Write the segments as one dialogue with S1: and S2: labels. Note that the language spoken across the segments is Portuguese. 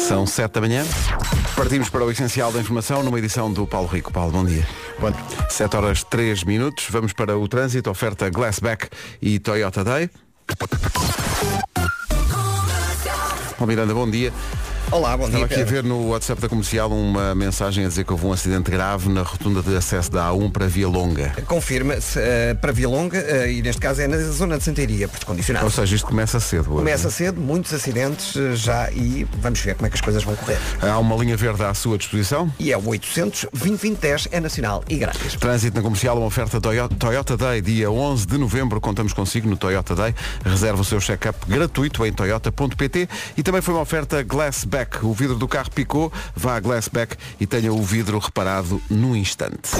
S1: São 7 da manhã. Partimos para o essencial da informação numa edição do Paulo Rico. Paulo, bom dia. Bom. 7 horas 3 minutos. Vamos para o trânsito, oferta Glassback e Toyota Day. Paulo Miranda, bom dia.
S2: Olá, bom dia.
S1: Estava aqui a ver no WhatsApp da comercial uma mensagem a dizer que houve um acidente grave na rotunda de acesso da A1 para Via Longa.
S2: Confirma-se eh, para Via Longa eh, e neste caso é na zona de Santaria, por condicionado.
S1: Ou
S3: Então,
S1: seja, isto começa cedo hoje.
S2: Começa cedo, muitos acidentes eh, já e vamos ver como é que as coisas vão correr.
S1: Há uma linha verde à sua disposição.
S2: E é o 800 2010 é nacional e grátis.
S1: Trânsito na comercial, uma oferta Toyo- Toyota Day, dia 11 de novembro. Contamos consigo no Toyota Day. Reserva o seu check-up gratuito em toyota.pt. E também foi uma oferta Glassback. O vidro do carro picou, vá a Glassback e tenha o vidro reparado num instante.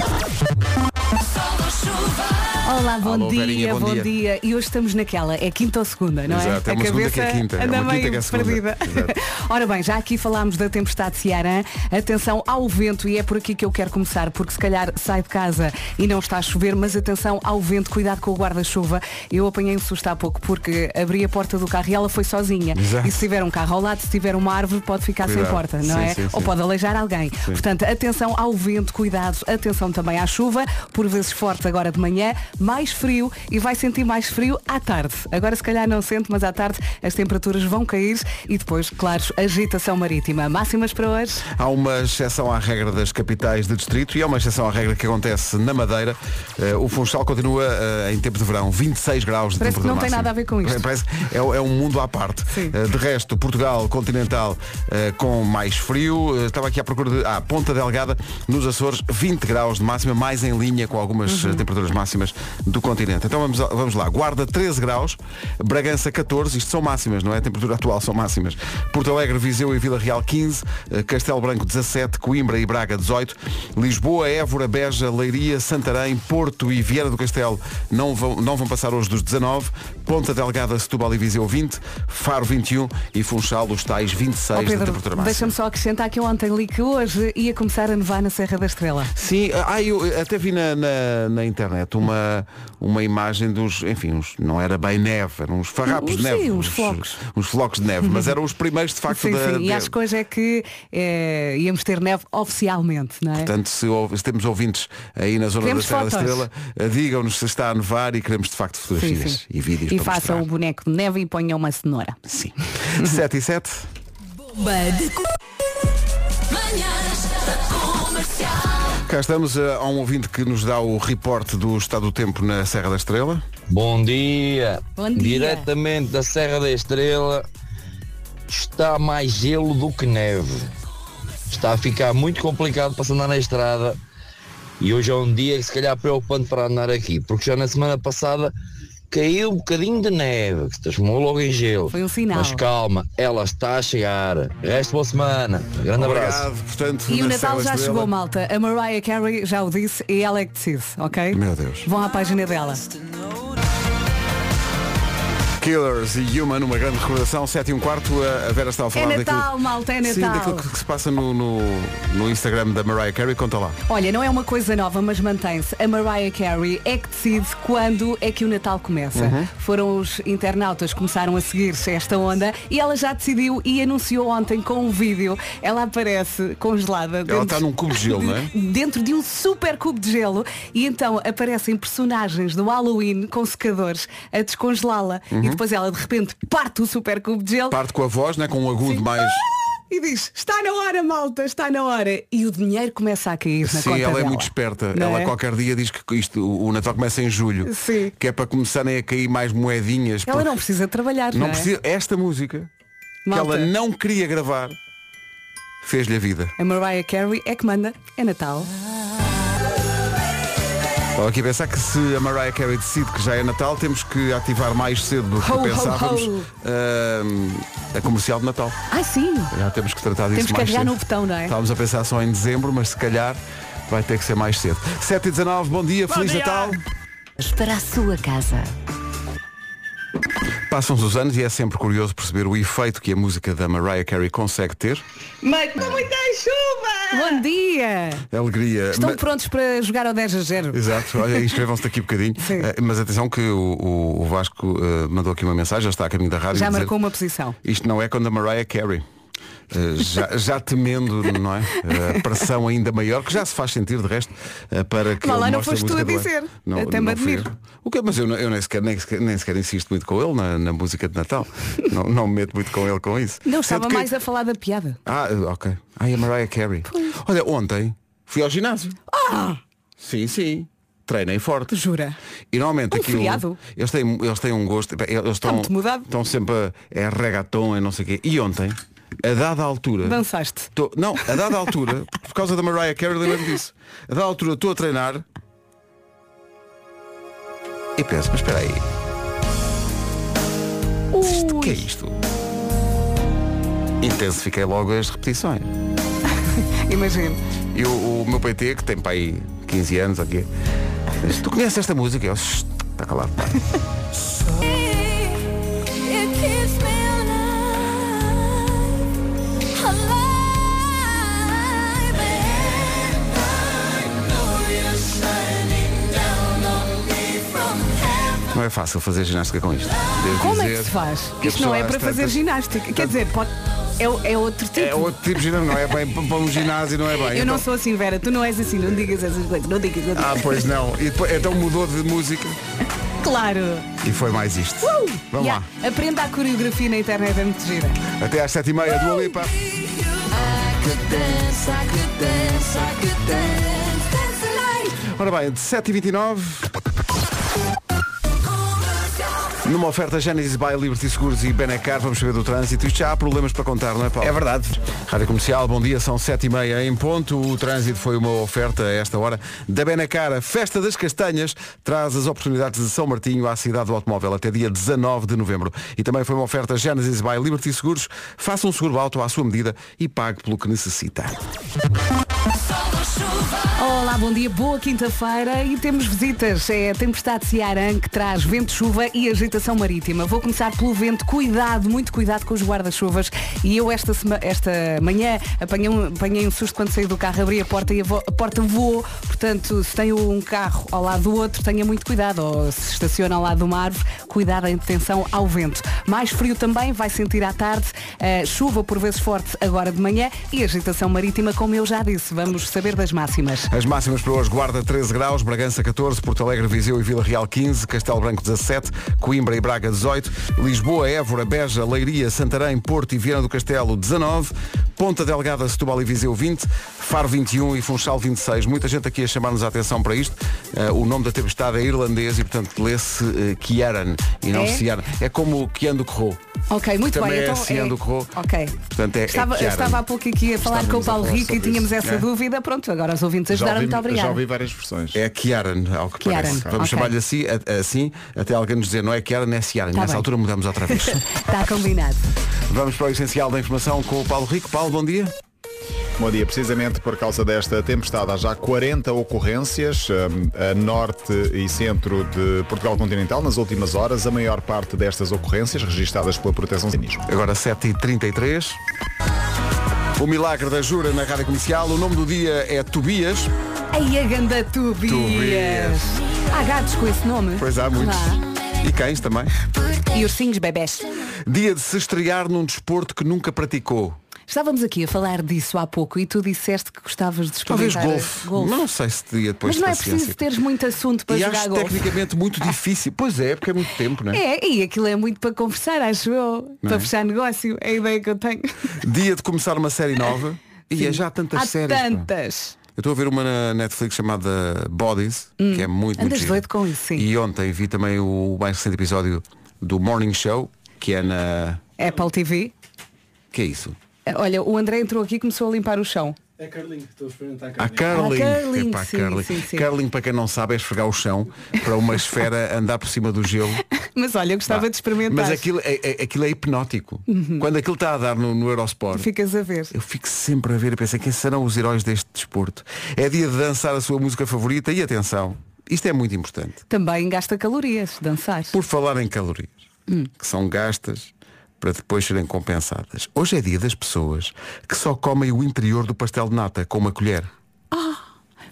S4: Olá, bom
S1: Alô,
S4: dia,
S1: Verinha, bom
S4: bom,
S1: dia.
S4: dia. E hoje estamos naquela, é quinta ou segunda, não
S1: Exato, é
S4: é?
S1: uma segunda
S4: a cabeça
S1: que é quinta, é
S4: anda
S1: uma
S4: meio
S1: quinta que é segunda.
S4: perdida.
S1: Exato.
S4: Ora bem, já aqui falámos da tempestade de Ceará, atenção ao vento e é por aqui que eu quero começar, porque se calhar sai de casa e não está a chover, mas atenção ao vento, cuidado com o guarda-chuva. Eu apanhei um susto há pouco porque abri a porta do carro e ela foi sozinha.
S1: Exato.
S4: E se tiver um carro ao lado, se tiver uma árvore, pode ficar
S1: Cuidado.
S4: sem porta, não
S1: Sim,
S4: é?
S1: sim,
S4: Ou
S1: sim.
S4: pode aleijar alguém. Portanto, atenção ao vento, cuidado, atenção também à chuva, por vezes forte agora de manhã, mais frio e vai sentir mais frio à tarde. Agora se calhar não sente, mas à tarde as temperaturas vão cair e depois, claro, agitação marítima. Máximas para hoje?
S1: Há uma exceção à regra das capitais de distrito e há uma exceção à regra que acontece na Madeira. Eh, o Funchal continua eh, em tempo de verão, 26 graus de
S4: Parece que
S1: temperatura
S4: não tem
S1: máxima.
S4: nada a ver com isto.
S1: Parece- é, é um mundo à parte.
S4: Sim.
S1: Eh, de resto, Portugal continental eh, com mais frio. Eh, estava aqui à procura de ah, Ponta Delgada, nos Açores, 20 graus de máxima, mais em linha com algumas eh, temperaturas máximas do continente. Então vamos, vamos lá. Guarda 13 graus, Bragança 14, isto são máximas, não é? A temperatura atual são máximas. Porto Alegre, Viseu e Vila Real 15, eh, Castelo Branco 17, Coimbra e Braga 18, Lisboa, Évora, Beja, Leiria, Santarém, Porto e Vieira do Castelo não vão, não vão passar hoje dos 19, Ponta Delgada, Setúbal e Viseu 20, Faro 21 e Funchal os tais 26
S4: Ó,
S1: da
S4: Pedro,
S1: temperatura máxima.
S4: deixa-me só acrescentar que eu ontem li que hoje ia começar a nevar na Serra da Estrela.
S1: Sim, ah, eu até vi na, na, na internet uma, uma imagem dos, enfim, uns- não era bem neve, eram uns farrapos de
S4: Sim,
S1: neve.
S4: uns flocos.
S1: Uns flocos de neve, mas eram os primeiros de facto
S4: sim,
S1: da.
S4: sim. E
S1: da-
S4: acho que hoje é que eh, íamos ter neve oficialmente, não é?
S1: Portanto, se, houve- se temos ouvintes aí na zona
S4: Queremos
S1: da Serra da
S4: fotos.
S1: Estrela, eh, digam-nos se está a nevar e queremos de facto fotografias e vídeos
S4: E
S1: para
S4: façam o
S1: mostrar.
S4: boneco de neve e ponham uma cenoura.
S1: Sim. 7 e 7. Cá estamos eh, há um ouvinte que nos dá o reporte do estado do tempo na Serra da Estrela.
S5: Bom dia.
S4: Bom dia.
S5: Diretamente da Serra da Estrela está mais gelo do que neve. Está a ficar muito complicado para se andar na estrada. E hoje é um dia que se calhar preocupante para andar aqui, porque já na semana passada caiu um bocadinho de neve, que se transformou logo em gelo.
S4: Foi um sinal.
S5: Mas calma, ela está a chegar. Resto boa semana. Grande abraço.
S1: Obrigado, portanto,
S4: E o
S1: na
S4: Natal
S1: Serra da
S4: já
S1: Estrela.
S4: chegou, malta. A Mariah Carey já o disse e ela é que decide, ok?
S1: Meu Deus.
S4: Vão à página dela.
S1: Killers e Human, uma grande recordação, 7 e um quarto, a a Vera está a falar
S4: Natal,
S1: daquilo...
S4: malta, é
S1: Sim,
S4: Natal.
S1: daquilo que que se passa no, no, no Instagram da Mariah Carey, conta lá.
S4: Olha, não é uma coisa nova, mas mantém-se. A Mariah Carey é que decide quando é que o Natal começa.
S1: Uhum.
S4: Foram os internautas que começaram a seguir esta onda e ela já decidiu e anunciou ontem com um vídeo. Ela aparece congelada.
S1: Ela está num cubo de gelo, não é?
S4: dentro de um super cubo de gelo e então aparecem personagens do Halloween com secadores a descongelá-la
S1: Uhum.
S4: e depois ela de repente parte o super cubo de gelo
S1: Parte com a voz, né, com um agudo mais...
S4: e diz está na hora malta, está na hora e o dinheiro começa a cair na
S1: Sim,
S4: conta
S1: ela é
S4: dela.
S1: muito esperta.
S4: Não
S1: ela
S4: é?
S1: qualquer dia diz que isto, o o Natal começa em julho.
S4: Sim.
S1: Que é para começarem a cair mais moedinhas.
S4: Ela
S1: porque
S4: não precisa trabalhar, não,
S1: não
S4: é?
S1: precisa. Esta música, que
S4: Malta,
S1: ela não queria gravar, fez-lhe a vida.
S4: A Mariah Carey é que manda, é Natal.
S1: Estava aqui a pensar que se a Mariah Carey decide que já é Natal, temos que ativar mais cedo do que
S4: Ho, ho,
S1: pensávamos
S4: ho.
S1: ah, a comercial de Natal.
S4: Ai sim,
S1: Já temos que tratar disso
S4: temos que
S1: mais
S4: carregar
S1: cedo.
S4: no botão, não é?
S1: Estávamos a pensar só em dezembro, mas se calhar vai ter que ser mais cedo. 7 e 19 bom dia, Feliz Natal.
S6: Para a sua casa.
S1: Passam-se os anos e é sempre curioso perceber o efeito que a música da Mariah Carey consegue ter.
S7: Mas com muita chuva!
S4: Bom dia!
S1: Alegria.
S4: Estão
S1: ma-
S4: prontos para jogar ao 10 a 0?
S1: Exato, olha, inscrevam-se daqui a bocadinho.
S4: Sim.
S1: Eh, mas atenção que o, o- o Vasco eh, mandou aqui uma mensagem, já está a caminho da rádio.
S4: Já
S1: a dizer-
S4: marcou uma posição.
S1: Isto não é quando a Mariah Carey. eh, já, já temendo, não é? Eh, A pressão ainda maior, que já se faz sentir de resto, eh, para que.
S4: Vá lá,
S1: ele
S4: não
S1: mostre
S4: foste tu
S1: música
S4: a
S1: do ano.
S4: dizer.
S1: Não,
S4: Até me
S1: não fui eu.
S4: admiro.
S1: O que, mas eu, não- eu nem, sequer, nem, sequer, nem sequer insisto muito com ele na, na música de Natal. não, não me meto muito com ele com isso.
S4: Não,
S1: Sendo
S4: estava
S1: que-
S4: mais a falar da piada.
S1: Ah, ok. Ai, a Mariah Carey. Olha, ontem fui ao ginásio. Ah! Sim, sim. Treinei forte.
S4: Jura?
S1: E normalmente
S4: Um
S1: aquilo,
S4: feriado?
S1: eles, têm, eles têm um gosto. Eles estão,
S4: muito mudado.
S1: estão sempre a é regatão e não sei o quê. E ontem, a dada altura.
S4: Dançaste.
S1: tô- não, a dada altura, por causa da Mariah Carey, lembro-me disso. A dada altura estou a treinar. E penso, mas espera aí. Isto, o que é isto? Intensifiquei logo as repetições.
S4: Imagino.
S1: E o, o meu PT, que tem para aí 15 anos aqui, diz, tu conheces esta música? Eu, está calado. pá." Não é fácil fazer ginástica com isto. Devo
S4: Como é
S1: dizer
S4: que se faz?
S1: que a
S4: Isto não é
S1: pessoa
S4: para
S1: às
S4: fazer
S1: tantas-
S4: ginástica. Quer dizer, pode... é, o- é outro tipo.
S1: É outro tipo de ginásio, não é bem para um ginásio, não é bem.
S4: Eu não
S1: Então-
S4: sou assim, Vera. Tu não és assim. Não digas essas coisas. Não digas. Não digas.
S1: Ah, pois não. E depois, então mudou de música Ah.
S4: Claro.
S1: e foi mais isto. Vamos
S4: Yeah. Aprenda a coreografia na internet. É muito gira.
S1: lá. Até às 7h30 do Alipa. Ora bem, de 7h29. Numa oferta Genesis by Liberty Seguros e Benacar, vamos saber do trânsito. Isto já há problemas para contar, não é Paulo?
S2: É verdade.
S1: Rádio Comercial, bom dia, são sete e meia em ponto. O trânsito foi uma oferta a esta hora da Benacara. Festa das Castanhas traz as oportunidades de São Martinho à cidade do automóvel até dia 19 de novembro. E também foi uma oferta Genesis by Liberty Seguros. Faça um seguro auto à sua medida e pague pelo que necessita.
S4: Olá, bom dia, boa quinta-feira e temos visitas. É a tempestade Ciaran que traz vento, chuva e agitação marítima. Vou começar pelo vento. Cuidado, muito cuidado com os guarda-chuvas. E eu esta, sema- esta manhã apanhei um, apanhei um susto quando saí do carro, abri a porta e a, vo- a porta voou. Portanto, se tem um carro ao lado do outro, tenha muito cuidado. Ou se estaciona ao lado de uma árvore, cuidado em atenção ao vento. Mais frio também, vai sentir à tarde. eh, chuva por vezes forte agora de manhã e agitação marítima, como eu já disse. Vamos saber das máximas.
S1: As máximas para hoje, Guarda 13 graus, Bragança 14, Porto Alegre, Viseu e Vila Real 15, Castelo Branco 17, Coimbra e Braga 18, Lisboa, Évora, Beja, Leiria, Santarém, Porto e Viana do Castelo 19, Ponta Delgada, Setúbal e Viseu 20, Faro 21 e Funchal 26. Muita gente aqui a chamar-nos a atenção para isto. Eh, o nome da tempestade é irlandês e, portanto, lê-se eh, Ciaran e não
S4: É?
S1: Ciaran. É como Keando Corrou.
S4: Ok, muito
S1: Também
S4: bem.
S1: é
S4: então
S1: assim, ando com-
S4: Ok.
S1: Portanto, é- é
S4: estava,
S1: Chiara.
S4: estava há pouco aqui a falar com o
S8: Estávamos a
S4: Paulo
S8: falar
S4: Rico e
S8: sobre
S4: tínhamos
S8: isso,
S4: essa
S1: é?
S4: dúvida. Pronto, agora os ouvintes ajudaram. Muito
S8: já
S4: obrigada.
S8: ouvi várias versões.
S1: É Kiaran, ao que
S4: Kiaran,
S1: parece. Vamos
S4: ok.
S1: chamar-lhe assim, a- assim, até alguém nos dizer não é Kiaran, é Ciaran.
S4: Tá
S1: Nessa
S4: bem.
S1: altura mudamos outra vez.
S4: Está combinado.
S1: Vamos para o essencial da informação com o Paulo Rico. Paulo, bom dia.
S8: Bom dia, precisamente por causa desta tempestade há já 40 ocorrências hum, a norte e centro de Portugal continental nas últimas horas. A maior parte destas ocorrências registadas pela Proteção Civil.
S1: Agora 7h33. O milagre da Jura na Rádio Comercial. O nome do dia é Tobias.
S4: Aí a ganda Tobias.
S1: Tobias.
S4: Há gatos com esse nome?
S1: Pois há muitos.
S4: Ah.
S1: E cães também.
S4: E ursinhos bebés.
S1: Dia de se estrear num desporto que nunca praticou.
S4: Estávamos aqui a falar disso há pouco e tu disseste que gostavas de
S1: Talvez
S4: experimentar
S1: golfe.
S4: golfe.
S1: Mas não sei se teria depois
S4: Mas não é
S1: paciência.
S4: preciso teres muito assunto para
S1: e
S4: jogar
S1: acho
S4: golfe.
S1: tecnicamente muito difícil. Pois é, porque é muito tempo, não é?
S4: É, e aquilo é muito para conversar, acho eu.
S1: Não
S4: para
S1: é?
S4: fechar negócio, é a ideia que eu tenho.
S1: Dia de começar uma série nova. E é já há tantas
S4: Há
S1: séries. pá.
S4: tantas.
S1: Eu estou a ver uma na Netflix chamada Bodies, que é muito
S4: Hum. Andas
S1: muito gira.
S4: doido com isso, sim.
S1: E ontem vi também o mais recente episódio do Morning Show, que é na.
S4: Apple TV.
S1: Que é isso?
S4: Olha, o André entrou aqui e começou a limpar o chão.
S1: A curling.
S4: Ah, curling,
S1: Epá,
S4: sim,
S1: curling.
S4: sim, sim.
S1: Curling, para quem não sabe, é esfregar o chão para uma esfera andar por cima do gelo.
S4: Mas olha, eu gostava
S1: Pá,
S4: de experimentar. Uhum.
S1: Mas aquilo é, é- aquilo é hipnótico. Quando aquilo está a dar no, no Eurosport,
S4: Ficas a ver.
S1: Eu fico sempre a ver e pensei quem serão os heróis deste desporto. É dia de dançar a sua música favorita e atenção, isto é muito importante.
S4: Também gasta calorias, dançar.
S1: Por falar em calorias,
S4: Hum.
S1: que são gastas para depois serem compensadas. Hoje é dia das pessoas que só comem o interior do pastel de nata com uma colher. Ou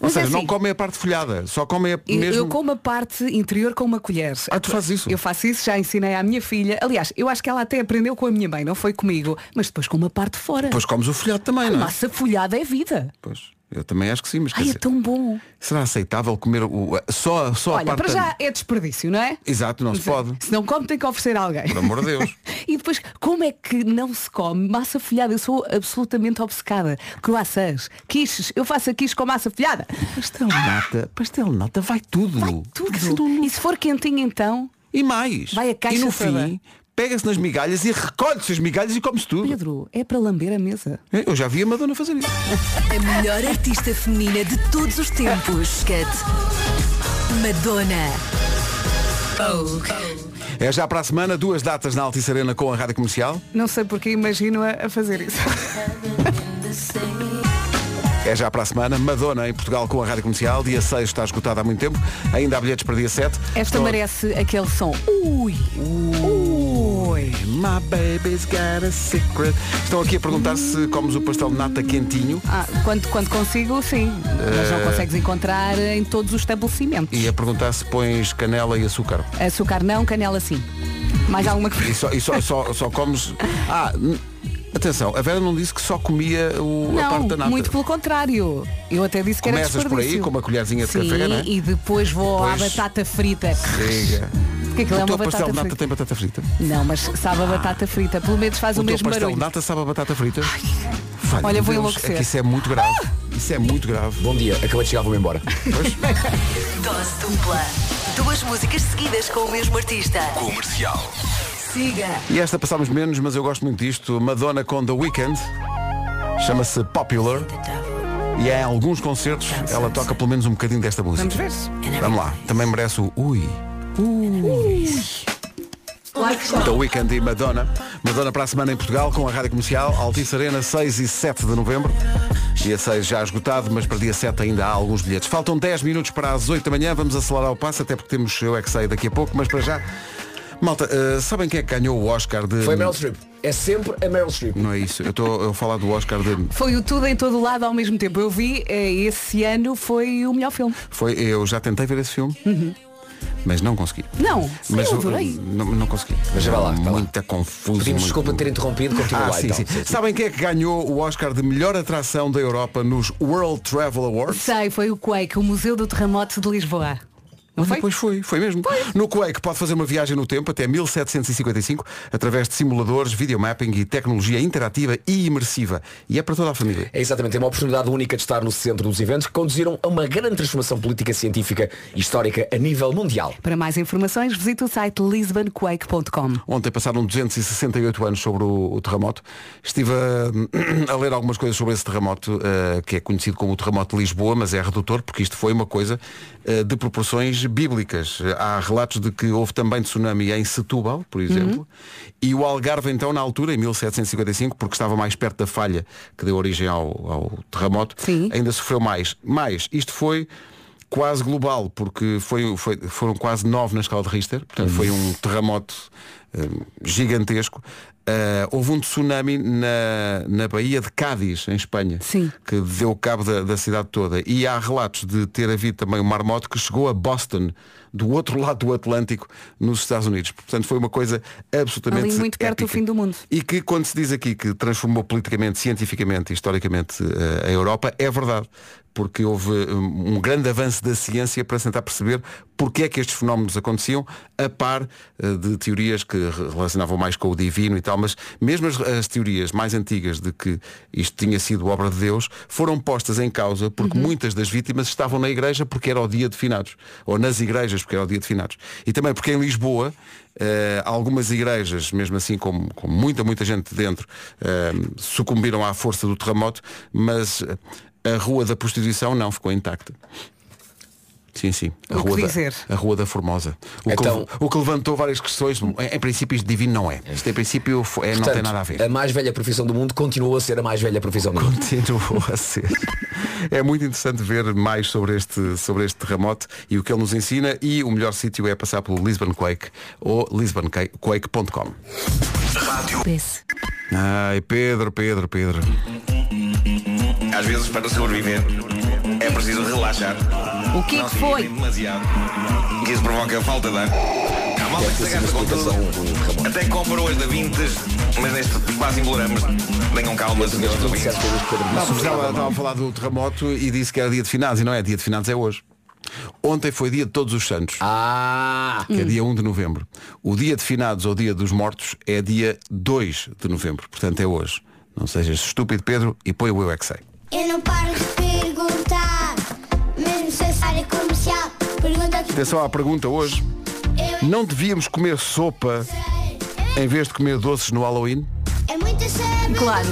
S6: Mas
S1: seja,
S6: é
S1: não
S6: assim.
S1: comem a parte folhada, só comem a
S4: Eu-
S1: mesmo.
S4: Eu como a parte interior com uma colher.
S1: Ah, tu fazes isso?
S4: Eu faço isso, já ensinei à minha filha. Aliás, eu acho que ela até aprendeu com a minha mãe, não foi comigo. Mas depois com uma parte de fora.
S1: Depois comes o folhado também, não é?
S4: Massa folhada é vida.
S1: Pois, eu também acho que sim, mas quer
S4: Ai, é
S1: dizer,
S4: tão bom.
S1: será aceitável comer o, a- só, só a
S4: Olha,
S1: parte
S4: para
S1: da-
S4: já é desperdício, não é?
S1: Exato, não se pode.
S4: Se não come, tem que oferecer a alguém.
S1: Por amor de Deus.
S4: e depois, como é que não se come massa folhada? Eu sou absolutamente obcecada. Croissants, quiches, eu faço a quiche com massa folhada.
S1: Pastel nata, pastel nata, vai tudo.
S4: Vai tudo. E se for quentinho então,
S1: E mais.
S4: Vai a caixa
S1: e no
S4: toda.
S1: fim, pega-se nas migalhas e recolhe-se as migalhas e come-se tudo.
S4: Pedro, é para lamber a mesa.
S1: Eu já vi a Madonna fazer isso.
S6: A melhor artista feminina de todos os tempos. Cat. Madonna.
S1: É já para a semana, duas datas na Altice Arena com a Rádio Comercial.
S4: Não sei porque imagino-a a fazer isso.
S1: É já para a semana, Madonna em Portugal com a Rádio Comercial. Dia 6 está esgotada há muito tempo. Ainda há bilhetes para dia 7.
S4: Esta
S1: Estão-
S4: merece aquele som. Ui! Ui!
S1: My baby's got a secret. Estão aqui a perguntar se comes o pastel de nata quentinho
S4: Ah, quando, quando consigo, sim. Mas não consegues encontrar em todos os estabelecimentos.
S1: e a perguntar se pões canela e açúcar.
S4: Açúcar não, canela sim. Mais alguma
S1: E
S4: coisa?
S1: só, e só, só, só comes. Ah, n- atenção, a Vera não disse que só comia o, a parte da
S4: Não,
S1: nata.
S4: muito pelo contrário. Eu até disse que
S1: Começas
S4: era
S1: por aí
S4: desperdício.
S1: com uma colherzinha de
S4: Sim,
S1: café, não é?
S4: e depois vou à
S1: Depois-
S4: batata frita.
S1: Diga.
S4: Porque aquilo é
S1: O
S4: uma
S1: teu pastel
S4: batata
S1: de nata
S4: frita.
S1: tem batata frita?
S4: Não, mas sabe a batata frita. Pelo menos faz o,
S1: o teu
S4: mesmo
S1: pastel
S4: barulho.
S1: de nata sabe a batata frita? Valha-me
S4: Olha, vou
S1: Deus,
S4: enlouquecer.
S1: É que isso é muito grave. Isso é muito grave.
S3: Bom dia, acabei de chegar, vou embora.
S6: Dose dupla. Duas músicas seguidas com o mesmo artista. Comercial. Siga.
S1: E esta passámos menos, mas eu gosto muito disto. Madonna com The Weeknd. Chama-se Popular. E em alguns concertos ela toca pelo menos um bocadinho desta música. Vamos ver. Vamos lá. Também merece o Ui. The Weeknd e Madonna. Madonna para a semana em Portugal com a Rádio Comercial Altice Arena 6 e 7 de novembro. Dia 6 já esgotado, mas para dia 7 ainda há alguns bilhetes. Faltam 10 minutos para as 8 da manhã. Vamos acelerar o passo, até porque temos eu é que sei daqui a pouco, mas para já. Malta, eh, sabem quem é que ganhou o Oscar de.
S3: Foi a Meryl Streep. É sempre a Meryl Streep.
S1: Não é isso. Eu estou a falar do Oscar de.
S4: Foi o tudo em todo lado ao mesmo tempo. Eu vi, eh, esse ano foi o melhor filme.
S1: Foi, eu já tentei ver esse filme,
S3: Uhum.
S1: mas não consegui.
S4: Não,
S1: mas
S4: eu
S1: eu-
S4: adorei.
S1: não, não consegui.
S3: Mas já vai lá, vai lá.
S1: Muita confusão.
S3: Pedimos desculpa de ter interrompido, continua
S1: Ah,
S3: lá
S1: sim,
S3: então.
S1: sim. Sabem quem é que ganhou o Oscar de melhor atração da Europa nos World Travel Awards?
S4: Sei, foi o Quake, o Museu do Terremoto de Lisboa. Não foi?
S1: Pois foi, foi mesmo. No Quake pode fazer uma viagem no tempo até 1755 através de simuladores, videomapping e tecnologia interativa e imersiva. E é para toda a família.
S3: É exatamente, é uma oportunidade única de estar no centro dos eventos que conduziram a uma grande transformação política, científica e histórica a nível mundial.
S4: Para mais informações, visite o site lisbonquake.com.
S1: Ontem passaram 268 anos sobre o, o terremoto. Estive a, a ler algumas coisas sobre esse terremoto, eh, que é conhecido como o terremoto de Lisboa, mas é redutor, porque isto foi uma coisa eh, de proporções bíblicas. Eh, Há relatos de que houve também tsunami em Setúbal, por exemplo, e o Algarve, então, na altura, em 1755, porque estava mais perto da falha que deu origem ao, ao terremoto,
S4: Sim.
S1: ainda sofreu mais. Mais, isto foi quase global, porque foi, foi- foram quase nove na escala de Richter, portanto foi um terremoto eh, gigantesco. Eh, houve um tsunami na, na Baía de Cádiz, em Espanha,
S4: Sim.
S1: que deu cabo da, da cidade toda. E há relatos de ter havido também um marmoto que chegou a Boston, do outro lado do Atlântico, nos Estados Unidos. Portanto, foi uma coisa absolutamente.
S4: Ali muito perto do
S1: épica.
S4: fim do mundo.
S1: E que quando se diz aqui que transformou politicamente, cientificamente e historicamente eh, a Europa, é verdade. Porque houve um um grande avanço da ciência para tentar perceber porque é que estes fenómenos aconteciam, a par eh, de teorias que re- relacionavam mais com o divino e tal, mas mesmo as, as teorias mais antigas de que isto tinha sido obra de Deus, foram postas em causa
S4: Uhum.
S1: porque muitas das vítimas estavam na igreja porque era o dia de finados, ou nas igrejas porque era o dia de finados. E também porque em Lisboa eh, algumas igrejas, mesmo assim com, com muita, muita gente dentro, eh, sucumbiram à força do terremoto, mas a rua da prostituição não ficou intacta. Sim, sim. A,
S4: O que
S1: rua,
S4: dizer?
S1: Da, a rua da Formosa. O,
S3: Então-
S1: que, o que levantou várias questões. Em, em princípio, isto divino não é. Isto, em princípio, fo- é, não tem
S3: Portanto,
S1: nada a ver.
S3: A mais velha profissão do mundo continua a ser a mais velha profissão do mundo.
S1: Continuou a ser. É muito interessante ver mais sobre este, sobre este terremoto e o que ele nos ensina. E o melhor sítio é passar pelo Lisbon Quake ou lisbonquake.com.
S6: Pense.
S1: Ai, Pedro, Pedro, Pedro.
S9: Às vezes, para sobreviver, É preciso relaxar.
S4: O que é
S9: Não
S4: que
S9: se
S4: foi?
S9: irritem demasiado. Que isso provoca falta de ar. Há malta que se gasta com tudo. Até compra hoje da Vintes, mas neste quase embolamos. Tenham calma, senhores ouvintes.
S1: Não, mas ela estava a falar do terremoto e disse que era dia de finados e não é dia de finados, é hoje. Ontem foi dia de todos os santos,
S3: Ah!
S1: que é dia 1 de novembro. O dia de finados ou dia dos mortos é dia 2 de novembro, portanto é hoje. Não sejas estúpido, Pedro, e põe o Eu É Que Sei.
S10: Eu não paro de perguntar, mesmo se essa área comercial. Pergunta tudo.
S1: Atenção à pergunta hoje.
S10: Eu
S1: Não devíamos comer sopa
S10: sei.
S1: em vez de comer doces no Halloween?
S10: É muita sabedoria.
S4: Claro.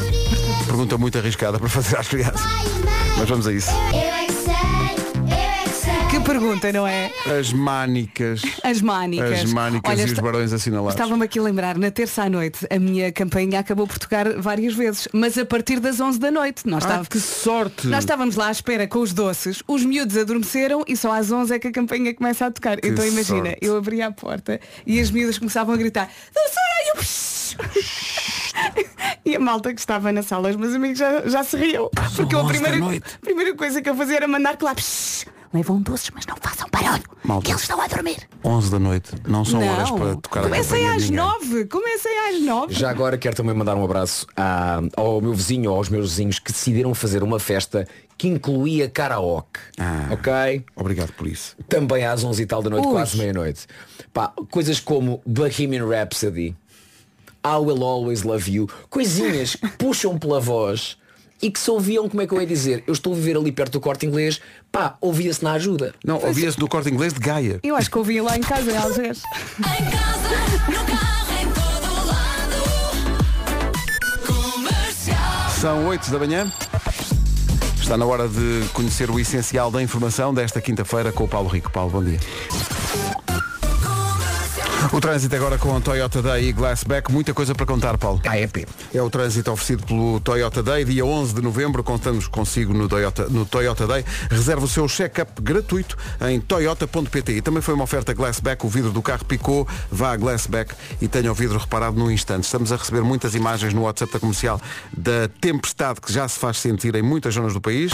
S1: Pergunta muito arriscada para fazer às crianças.
S10: Pai e mãe.
S1: Mas vamos a isso.
S10: Eu é que sei, eu é que sei.
S4: Que pergunta, não é?
S1: As mânicas.
S4: As mânicas.
S1: As mânicas
S4: Olha,
S1: e os
S4: esta-
S1: barões assinalados.
S4: Estava-me aqui a lembrar, na terça à noite a minha campainha acabou por tocar várias vezes, mas a partir das 11 da noite. Nós,
S1: Ah,
S4: estava-
S1: que sorte!
S4: nós tá- estávamos lá à espera com os doces, os miúdos adormeceram e só às 11 é que a campainha começa a tocar. então imagina,
S1: sorte.
S4: eu abria a porta e as miúdas começavam a gritar "Doceira!" e eu... E a malta que estava na sala, os meus amigos já, já se riam. Porque eu a
S1: 11 Ah, da
S4: primeira,
S1: noite.
S4: a primeira coisa que eu fazia era mandar que lá "Psh, levam doces, mas não façam barulho,
S1: Malta.
S4: que eles estão a dormir.
S1: 11 da noite. Não são
S4: não,
S1: horas para tocar
S4: comecem
S1: a campainha de
S4: às
S1: ninguém.
S4: nove, comecem às nove.
S3: Já agora quero também mandar um abraço à- ao meu vizinho ou aos meus vizinhos que decidiram fazer uma festa que incluía karaoke.
S1: Ah.
S3: Ok?
S1: Obrigado por isso.
S3: Também às 11 e tal da noite,
S4: Ui.
S3: quase meia-noite. Pá, coisas como Bohemian Rhapsody, I Will Always Love You, coisinhas que puxam pela voz e que se ouviam, como é que eu ia dizer? Eu estou a viver ali perto do corte inglês, pá, ouvia-se na ajuda.
S1: Não,
S4: é.
S1: ouvia-se do corte inglês de Gaia.
S4: Eu acho que ouvi lá em casa, em Algés.
S6: Em casa, no carro, em todo lado. Comercial.
S1: São 8 da manhã. Está na hora de conhecer o essencial da informação desta quinta-feira com o Paulo Rico. Paulo, bom dia. O trânsito agora com a Toyota Day e Glassback. Muita coisa para contar, Paulo.
S2: AEP.
S1: É o trânsito oferecido pelo Toyota Day, dia 11 de novembro. Contamos consigo no Toyota, no Toyota Day. Reserve o seu check-up gratuito em toyota.pt. E também foi uma oferta Glassback. O vidro do carro picou. Vá a Glassback e tenha o vidro reparado num instante. Estamos a receber muitas imagens no WhatsApp da comercial da tempestade que já se faz sentir em muitas zonas do país.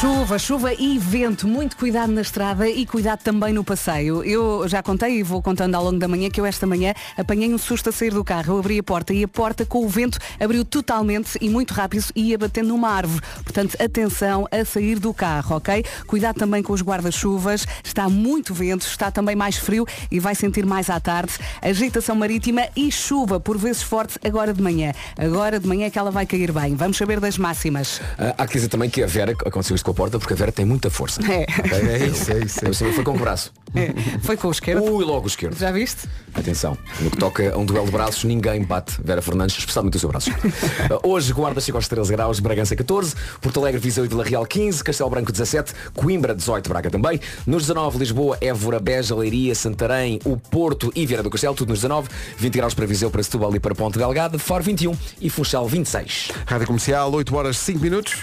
S4: Chuva, chuva e vento. Muito cuidado na estrada e cuidado também no passeio. Eu já contei e vou contando ao longo da manhã que eu esta manhã apanhei um susto a sair do carro. Eu abri a porta e a porta com o vento abriu totalmente e muito rápido e ia batendo numa árvore. Portanto, atenção a sair do carro, ok? Cuidado também com os guarda-chuvas. Está muito vento, está também mais frio e vai sentir mais à tarde. Agitação marítima e chuva, por vezes forte, agora de manhã. Agora de manhã é que ela vai cair bem. Vamos saber das máximas.
S3: Ah, há que dizer também que a Vera aconteceu isto com a porta porque a Vera tem muita força.
S4: É.
S3: Ok? É isso, é isso. foi com o braço.
S4: É, Foi com o esquerdo.
S3: Ui, logo o esquerdo.
S4: Já viste?
S3: Atenção, no que toca a um duelo de braços, ninguém bate Vera Fernandes, especialmente o seu braço. Uh, Hoje, Guarda chega aos 13 graus, Bragança 14, Porto Alegre, Viseu e Vila Real 15, Castelo Branco 17, Coimbra 18, Braga também. Nos 19, Lisboa, Évora, Beja, Leiria, Santarém, o Porto e Vieira do Castelo, tudo nos 19, 20 graus para Viseu, para Setúbal e para Ponte Delgado, Faro 21 e Funchal 26.
S1: Rádio Comercial, 8 horas 5 minutos.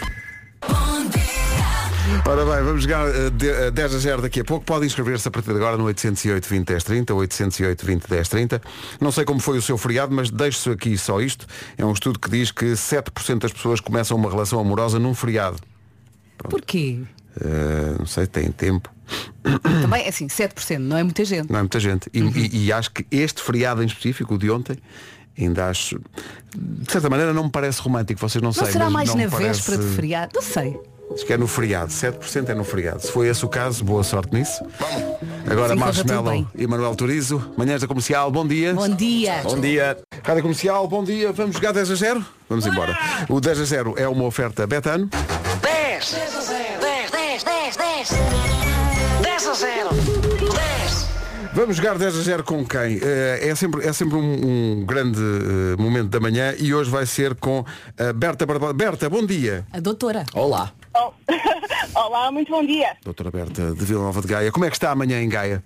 S1: Ora bem, vamos jogar eh, de- eh, 10 a 0 daqui a pouco. Pode inscrever-se a partir de agora no 808 20 10 30, 808 20 10 30. Não sei como foi o seu feriado, mas deixo aqui só isto. É um estudo que diz que 7% das pessoas começam uma relação amorosa num feriado.
S4: Porquê?
S1: Eh, não sei, tem tempo.
S4: Também é assim, 7%, não é muita gente.
S1: Não é muita gente.
S4: Uhum.
S1: E, e- e acho que este feriado em específico, o de ontem, ainda acho. De certa maneira não me parece romântico, vocês não,
S4: Não
S1: sabem.
S4: será
S1: mas
S4: mais
S1: não
S4: na
S1: me parece...
S4: véspera de feriado? Não sei.
S1: Diz que é no feriado, 7% é no feriado. Se foi esse o caso, boa sorte nisso. Agora
S4: Sim, corra
S1: Marshmallow
S4: tudo
S1: e Manuel Turizo, manhãs da comercial, bom dia.
S4: Bom dia.
S3: Bom dia.
S1: Rádio Comercial, bom dia, vamos jogar 10 a 0? Vamos embora. O 10 a 0 é uma oferta Betano.
S6: 10. 10, 10, 10, 10. 10 a 0. 10.
S1: Vamos jogar 10 a 0 com quem? Eh, É sempre, é sempre um, um grande eh, momento da manhã e hoje vai ser com a Berta Barbosa. Berta, bom dia.
S4: A doutora.
S3: Olá.
S7: Oh. Olá, muito bom dia.
S1: Doutora Berta de Vila Nova de Gaia, como é que está amanhã em Gaia?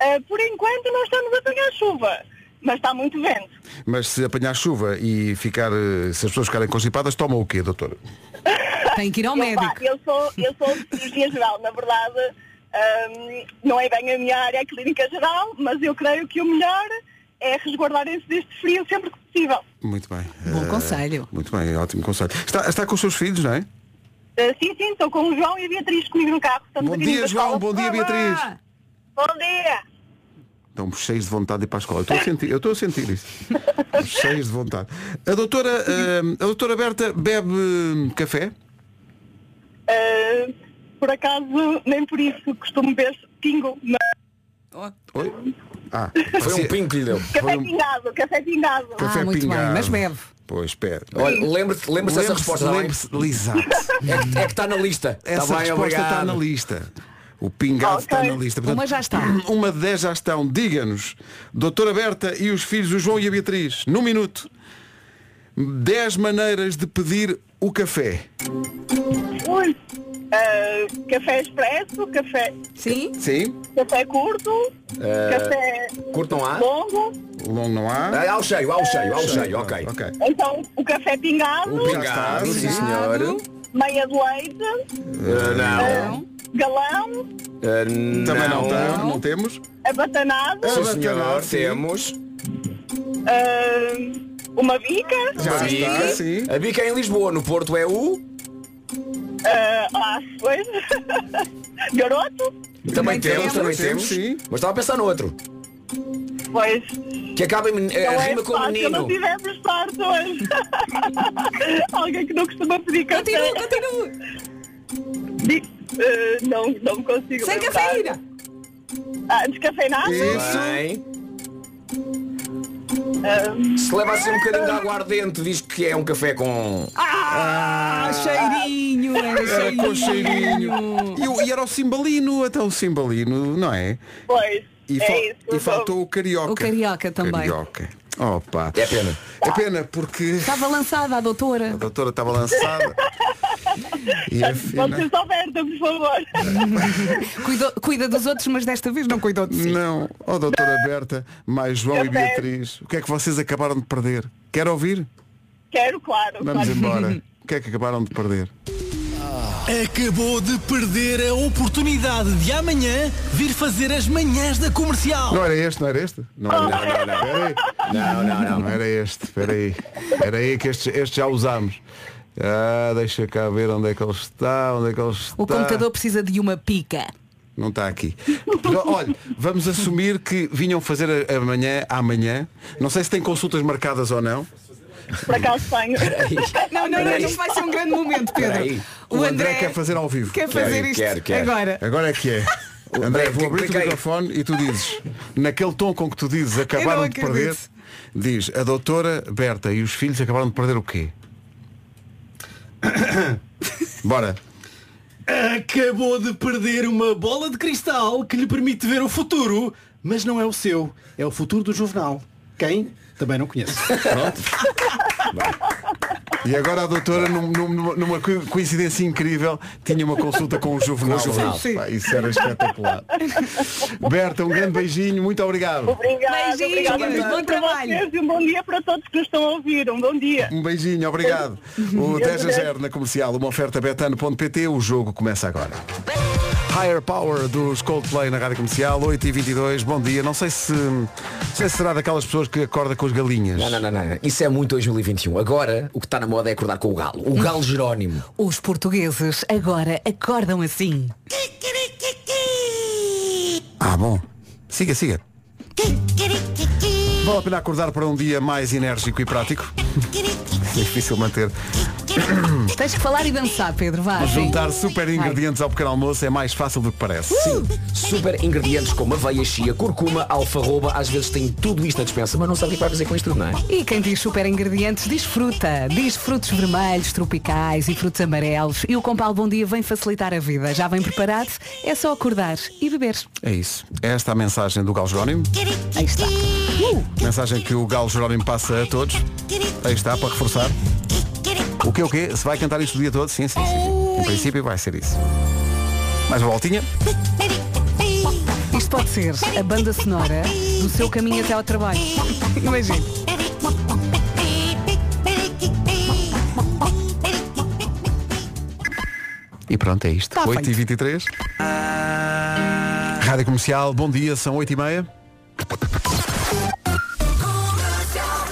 S7: Ah, por enquanto não estamos a pegar chuva, mas está muito vento.
S1: Mas se apanhar chuva e ficar, eh, se as pessoas ficarem constipadas, toma o quê, doutora?
S4: Tem que ir ao
S7: Eu, pá,
S4: médico.
S7: eu sou, eu sou de cirurgia geral, na verdade ahm, não é bem a minha área a clínica geral, mas eu creio que o melhor é resguardarem-se deste frio sempre que possível.
S1: Muito bem.
S4: Bom
S1: Eh,
S4: conselho.
S1: Muito bem, ótimo conselho. Está, está com os seus filhos, não é?
S7: Ah, sim, sim, estou com o João e a Beatriz comigo no carro. Estamos
S1: Bom
S7: a vir
S1: dia,
S7: da
S1: João.
S7: escola.
S1: Bom dia, Beatriz.
S4: Ah.
S7: Bom dia.
S1: Estão cheios de vontade de ir para a escola. Eu estou a sentir, eu estou a sentir isso. cheios de vontade. A doutora, eh, a doutora Berta bebe hum, café?
S7: Ah, por acaso, nem por isso costumo ver pingo, mas...
S1: Oi? Ah,
S3: Foi um pingo que lhe deu.
S7: Café pingado, café pingado.
S1: Café pingado.
S4: bebe.
S1: Pois, espera.
S3: Olha, lembra-te lembra dessa resposta, está bem?
S1: Lembre-se, Lisa.
S3: É que- É que está na lista. Está
S1: Essa
S3: bem,
S1: resposta
S3: obrigado.
S1: está na lista. O pingado está na lista.
S4: Uma já está.
S1: Uma de dez já estão. Diga-nos, doutora Berta e os filhos, o João e a Beatriz, num minuto, dez maneiras de pedir o café.
S7: Ui, ah, café expresso, café,
S4: Sim?
S1: Sim?
S7: café curto,
S1: Eh,
S7: café
S3: Curtam lá.
S7: longo,
S1: Longo não há?
S3: Ah, Ao cheio, ao cheio, ao cheio, ok.
S1: Ok.
S7: então o café pingado,
S3: O
S1: está,
S3: pingado, sim senhor.
S7: meia de leite,
S3: Ah, não.
S7: galão,
S3: Ah, não.
S1: Também não, tá, não temos.
S7: abatanado,
S3: Sim
S1: Abatanado,
S3: senhor,
S1: sim.
S3: temos.
S7: ah, uma bica,
S1: Já
S3: Sim.
S1: está, sim.
S3: A bica é em Lisboa, no Porto é o.
S7: ah, ah, pois, garoto,
S3: Também
S1: temos,
S3: temos, também
S1: temos,
S3: temos.
S1: sim.
S3: Mas estava a pensar no outro.
S7: pois,
S3: Que acaba em eh,
S7: não é
S3: rima com
S7: fácil,
S3: menino.
S7: não tivemos parte hoje. Alguém que não costuma pedir café.
S4: Continua, continua.
S7: Di- ah, não, não consigo
S4: Sem
S7: lembrar.
S4: cafeína.
S7: Ah, descafeinado?
S3: Bem. Se leva assim um bocadinho de aguardente, diz que é um café com. eh,
S4: Ah, cheirinho, era
S1: Era com cheirinho.
S4: cheirinho.
S1: E, o- e era o cimbalino, até o cimbalino, não é?
S7: Pois,
S1: E,
S7: é
S1: fal-
S7: isso.
S1: e faltou o carioca.
S4: O carioca também.
S1: Carioca. Opa.
S3: É pena.
S1: É pena porque
S4: Estava lançada a doutora.
S1: a doutora estava lançada. e afinal...
S7: Vocês oferta, por favor.
S4: Cuidou- cuida dos outros, mas desta vez não cuidou de si.
S1: Não, ó doutora Berta, mais João e
S7: Café.
S1: Beatriz, o que é que vocês acabaram de perder? Quer ouvir?
S7: Quero, claro.
S1: Vamos
S7: claro.
S1: embora. O que é que acabaram de perder?
S11: Acabou de perder a oportunidade de amanhã vir fazer as manhãs da comercial.
S1: Não era este, não era este? Não, era não, não, não.
S3: Não, não, não.
S1: Não era este, espera aí. Era aí que este, este já usámos. Ah, deixa cá ver onde é que ele está, onde é que ele está.
S4: O computador precisa de uma pica.
S1: Não está aqui. Olha, vamos assumir que vinham fazer a- amanhã, amanhã. Não sei se tem consultas marcadas ou não.
S7: Por acaso tenho.
S4: Não, não, não, isto vai ser um grande momento, Pedro.
S3: Peraí.
S1: O André quer fazer ao vivo.
S4: Quer fazer
S3: Quer,
S4: isto
S3: quer, quer.
S4: agora.
S1: Agora é que é. André, vou abrir o
S3: Cliquei.
S1: microfone e tu dizes, naquele tom com que tu dizes acabaram de perder,
S4: acredito.
S1: diz, a doutora Berta e os filhos acabaram de perder o quê? Bora.
S11: Acabou de perder uma bola de cristal que lhe permite ver o futuro, mas não é o seu, é o futuro do Juvenal. Quem? Também não conheço.
S1: E agora a doutora, num- num- numa, numa co- coincidência incrível, tinha uma consulta com o Juvenal.
S3: Com o Juvenal.
S1: Sim, sim. Pá, isso era espetacular. Berta, um grande beijinho, muito obrigado.
S7: Obrigada,
S4: Beijinhos,
S7: obrigada.
S4: bom
S7: Para
S4: trabalho.
S7: vocês e um bom dia para todos que nos estão a ouvir. Um bom dia.
S1: Um beijinho, obrigado. O 10 a 0 na comercial, uma oferta betano.pt, o jogo começa agora. Higher Power dos Coldplay na Rádio Comercial, 8h22, bom dia. Não sei se, não sei se será daquelas pessoas que acorda com as galinhas.
S3: Não, não, não, não. Isso é muito 2021. Agora, o que está na moda é acordar com o galo. O galo Jerónimo.
S4: Os portugueses agora acordam assim.
S1: Ah, bom. Siga, siga. Vale a pena acordar para um dia mais enérgico e prático? É Difícil manter.
S4: Tens que falar e dançar, Pedro, vá.
S1: Juntar super ingredientes ao pequeno almoço é mais fácil do que parece.
S3: Uh!
S1: Sim.
S3: Super ingredientes como aveia, chia, curcuma, alfarroba. Às vezes tem tudo isto na dispensa, mas não sabe o que vai fazer com isto tudo, não é?
S4: E quem diz super ingredientes diz fruta, diz frutos vermelhos, tropicais e frutos amarelos. E o Compal Bom Dia vem facilitar a vida. Já vem preparado? É só acordar e beber.
S1: É isso. Esta é a mensagem do Gal Jerónimo.
S4: Aí está.
S1: Mensagem que o Galo Jerónimo passa a todos. Aí está, para reforçar. O que é o quê? Se vai cantar isto o dia todo? Sim, sim, sim. sim. Em princípio vai ser isso. Mais uma voltinha.
S4: Isto pode ser a banda sonora do seu caminho até ao trabalho. Imagina.
S1: E pronto, é isto.
S4: Tá
S1: 8h23. Rádio Comercial, bom dia, são 8h30.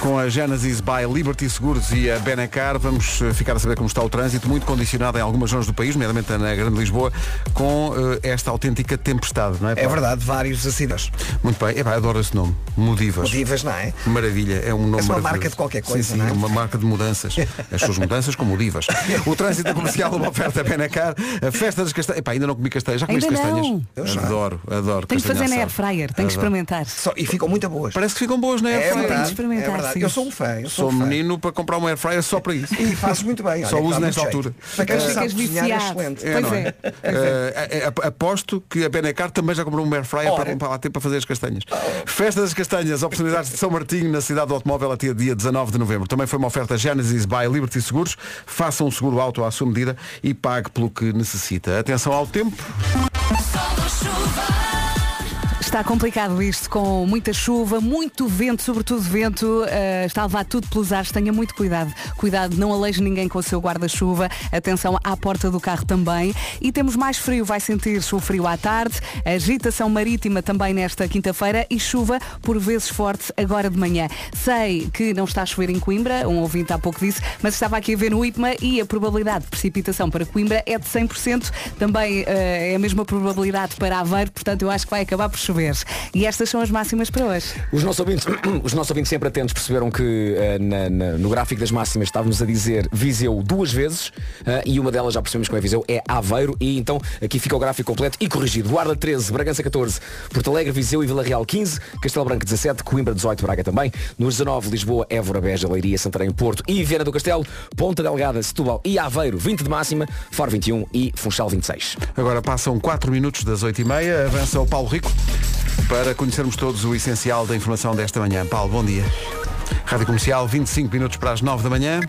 S1: Com a Genesis by Liberty Seguros e a Benacar, vamos eh, ficar a saber como está o trânsito, muito condicionado em algumas zonas do país, nomeadamente na Grande Lisboa, com eh, esta autêntica tempestade, não é?
S2: É verdade, vários acidentes.
S1: Muito bem, Epá, adoro esse nome. Modivas.
S2: Modivas, não é?
S1: Maravilha, é um nome
S2: uma
S1: maravilhoso.
S2: marca de qualquer
S1: Sim,
S2: coisa,
S1: sim,
S2: não é?
S1: uma marca de mudanças. As suas mudanças com Modivas. O trânsito comercial, uma oferta Benacar, a festa das castanhas. Epá, ainda não comi castanhas, já comeste
S4: Ainda não.
S1: castanhas?
S4: Eu já.
S1: Adoro, adoro.
S4: Tenho que
S1: castanha
S4: fazer
S1: assada.
S4: na air fryer, tenho que
S1: Adoro.
S4: experimentar.
S2: e ficam muito boas.
S1: Parece que ficam boas, não é?
S2: É
S1: Air fryer?
S2: verdade, Tenho que experimentar, é verdade. sim. Eu sou um fã, eu sou um fã.
S1: menino para comprar um air fryer só para isso.
S2: E fazes muito bem,
S1: Só
S2: olha,
S1: uso
S2: dá
S1: nesta
S2: muito
S1: altura.
S2: jeito. Para quem
S1: Eh,
S2: sabe Ficas cozinhar, é viciado. excelente.
S1: É,
S2: Pois
S1: não é?
S2: é.
S1: Eh, a- a- aposto que a Benacar também já comprou um air fryer para, para lá ter para fazer as castanhas. Festa das Castanhas, oportunidades de São Martinho na cidade do automóvel até dia 19 de novembro. Também foi uma oferta Genesis by Liberty Seguros. Faça um seguro auto à sua medida e pague pelo que necessita. Atenção ao tempo.
S4: Está complicado isto, com muita chuva, muito vento, sobretudo vento, eh, está a levar tudo pelos ares, tenha muito cuidado. Cuidado, não aleje ninguém com o seu guarda-chuva, atenção à porta do carro também. E temos mais frio, vai sentir-se o frio à tarde, agitação marítima também nesta quinta-feira e chuva por vezes forte agora de manhã. Sei que não está a chover em Coimbra, um ouvinte há pouco disse, mas estava aqui a ver no IPMA e a probabilidade de precipitação para Coimbra é de 100%, também eh, é a mesma probabilidade para Aveiro, portanto eu acho que vai acabar por chover. E estas são as máximas para hoje.
S3: Os nossos ouvintes, os nossos ouvintes sempre atentos perceberam que eh, na- na- no gráfico das máximas estávamos a dizer Viseu duas vezes eh, e uma delas já percebemos que não é Viseu, é Aveiro e então aqui fica o gráfico completo e corrigido. Guarda 13, Bragança 14, Porto Alegre, Viseu e Vila Real 15, Castelo Branco 17, Coimbra 18, Braga também, nos 19 Lisboa, Évora, Beja, Leiria, Santarém, Porto e Viana do Castelo, Ponta Delgada, Setúbal e Aveiro 20 de máxima, Faro 21 e Funchal 26.
S1: Agora passam 4 minutos das 8h30, avança o Paulo Rico para conhecermos todos o essencial da informação desta manhã. Paulo, bom dia. Rádio Comercial, 25 minutos para as 9 da manhã.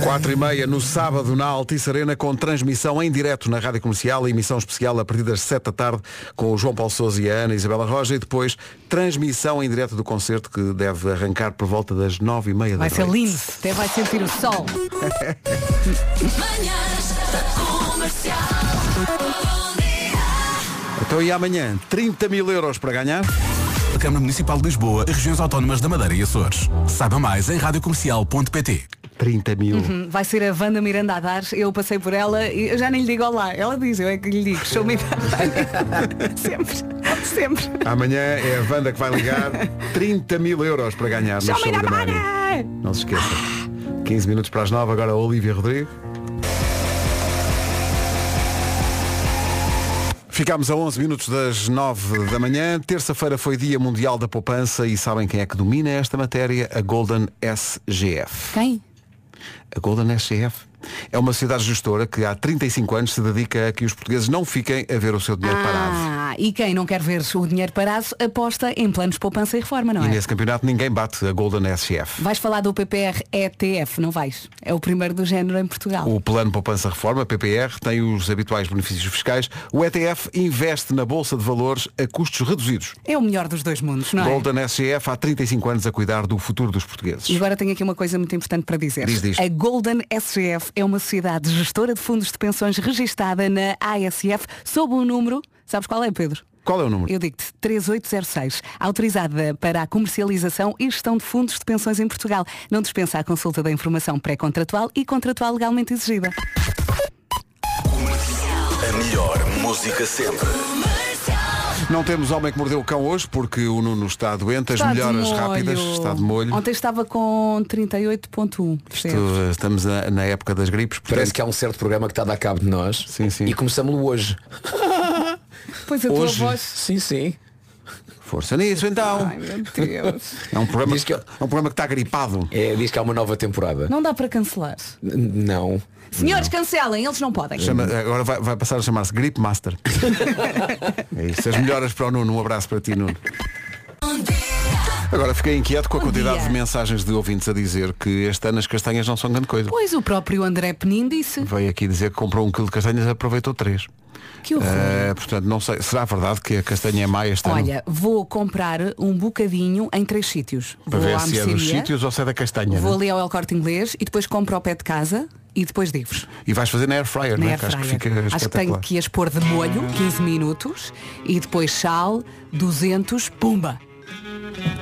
S1: 4 e meia no sábado na Altice Arena com transmissão em direto na Rádio Comercial e emissão especial a partir das 7 da tarde com o João Paulo Sousa e a Ana Isabela Roja e depois transmissão em direto do concerto que deve arrancar por volta das 9 e meia da
S4: Vai ser
S1: noite.
S4: lindo, até vai sentir o sol.
S1: Então e amanhã, 30 mil euros para ganhar?
S12: A Câmara Municipal de Lisboa e Regiões Autónomas da Madeira e Açores. Saiba mais em radiocomercial.pt
S1: 30 mil.
S4: Uhum, Vai ser a Wanda Miranda a dar, eu passei por ela e eu já nem lhe digo olá, ela diz, eu é que lhe digo, show me Sempre, sempre.
S1: Amanhã é a Wanda que vai ligar 30 mil euros para ganhar no
S4: Show
S1: show
S4: me
S1: da
S4: the
S1: Mário.
S4: money!
S1: Não se esqueça. 15 minutos para as 9, agora a Olivia Rodrigo. Ficámos a 11 minutos das 9 da manhã. Terça-feira foi Dia Mundial da Poupança e sabem quem é que domina esta matéria? A Golden SGF.
S4: Quem?
S1: A Golden SGF é uma sociedade gestora que há 35 anos se dedica a que os portugueses não fiquem a ver o seu dinheiro parado.
S4: Ah, e quem não quer ver o dinheiro parado, aposta em planos de poupança e reforma, não
S1: E
S4: é?
S1: nesse campeonato ninguém bate a Golden SGF.
S4: Vais falar do PPR ETF, não vais? É o primeiro do género em Portugal.
S1: O Plano Poupança Reforma, PPR, tem os habituais benefícios fiscais. O ETF investe na Bolsa de Valores a custos reduzidos.
S4: É o melhor dos dois mundos, não é?
S1: Golden SGF há 35 anos a cuidar do futuro dos portugueses.
S4: E agora tenho aqui uma coisa muito importante para dizer.
S1: Diz, diz.
S4: A Golden SGF é uma sociedade gestora de fundos de pensões registada na ASF sob o número, sabes qual é, Pedro?
S1: Qual é o número?
S4: Eu digo-te, 3806, autorizada para a comercialização e gestão de fundos de pensões em Portugal. Não dispensa a consulta da informação pré-contratual e contratual legalmente exigida.
S13: A melhor música sempre.
S1: Não temos homem que mordeu o cão hoje porque o Nuno está doente, as
S4: Está de
S1: melhoras
S4: molho.
S1: rápidas, está de molho.
S4: Ontem estava com 38.1. percebes?
S1: Tu- Estamos na, na época das gripes.
S3: Parece que há um certo programa que está a dar cabo de nós e começamos-lo hoje.
S4: Pois a tua
S3: Hoje?
S4: voz.
S3: Sim, sim.
S1: Força nisso então.
S4: Ai, meu Deus.
S1: É um programa que, é um programa que está gripado.
S3: É, diz que há uma nova temporada.
S4: Não dá para cancelar.
S3: N- Não.
S4: Senhores, cancelem, eles não podem.
S1: Chama- agora vai, vai passar a chamar-se Grip Master. é isso. As melhoras para o Nuno. Um abraço para ti, Nuno. Agora fiquei inquieto com a
S4: Bom
S1: quantidade
S4: dia.
S1: de mensagens de ouvintes a dizer que este ano as castanhas não são grande coisa.
S4: Pois o próprio André Penin disse.
S1: Veio aqui dizer que comprou um quilo de castanhas e aproveitou três.
S4: Que horror.
S1: Eh, portanto, não sei. Será verdade que a castanha é má este ano?
S4: Olha, vou comprar um bocadinho em três sítios.
S1: Para
S4: vou
S1: ver
S4: à
S1: se é dos
S4: mercearia,
S1: sítios ou se é da castanha.
S4: Vou
S1: né?
S4: ali ao El Corte Inglês e depois compro ao pé de casa e depois digo-vos.
S1: E vais fazer na air fryer,
S4: na
S1: não é?
S4: air
S1: Que acho que
S4: fryer.
S1: fica
S4: Acho que tenho
S1: espetacular.
S4: que as pôr de molho 15 minutos e depois sal 200, pumba.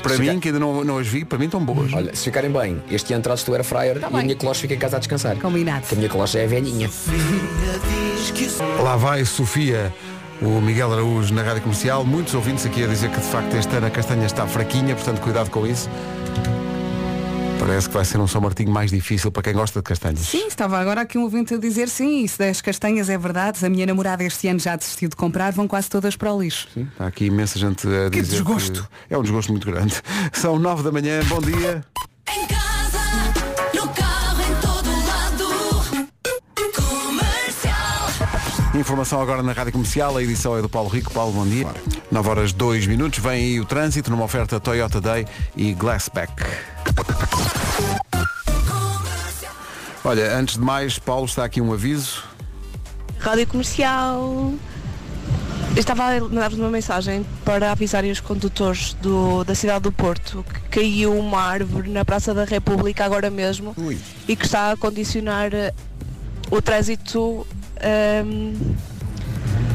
S1: Para mim, que ainda não, não as vi, para mim estão boas.
S3: Olha, se ficarem bem, este ano trazes tu era fryer e a minha cloche fica em casa a descansar.
S4: Combinado.
S3: Que a minha cloche é velhinha.
S1: Lá vai Sofia, o Miguel Araújo na Rádio Comercial. Muitos ouvintes aqui a dizer que de facto este ano a castanha está fraquinha, portanto cuidado com isso. Parece que vai ser um São Martinho mais difícil para quem gosta de castanhas.
S4: Sim, estava agora aqui um ouvinte a dizer sim, isso das castanhas é verdade. A minha namorada este ano já desistiu de comprar, vão quase todas para o lixo.
S1: Há aqui imensa gente a
S4: Que
S1: dizer
S4: desgosto.
S1: que é um desgosto muito grande. São nove da manhã, bom dia.
S6: No carro, em todo lado. Comercial.
S1: Informação agora na Rádio Comercial, a edição é do Paulo Rico. Paulo, bom dia. 9 horas 2 minutos, vem aí o trânsito numa oferta Toyota Day e Glassback. Olha, antes de mais, Paulo, está aqui um aviso.
S14: Rádio Comercial. Eu estava a mandar-vos uma mensagem para avisarem os condutores do- da cidade do Porto que caiu uma árvore na Praça da República agora mesmo e que está a condicionar eh, o trânsito ehm,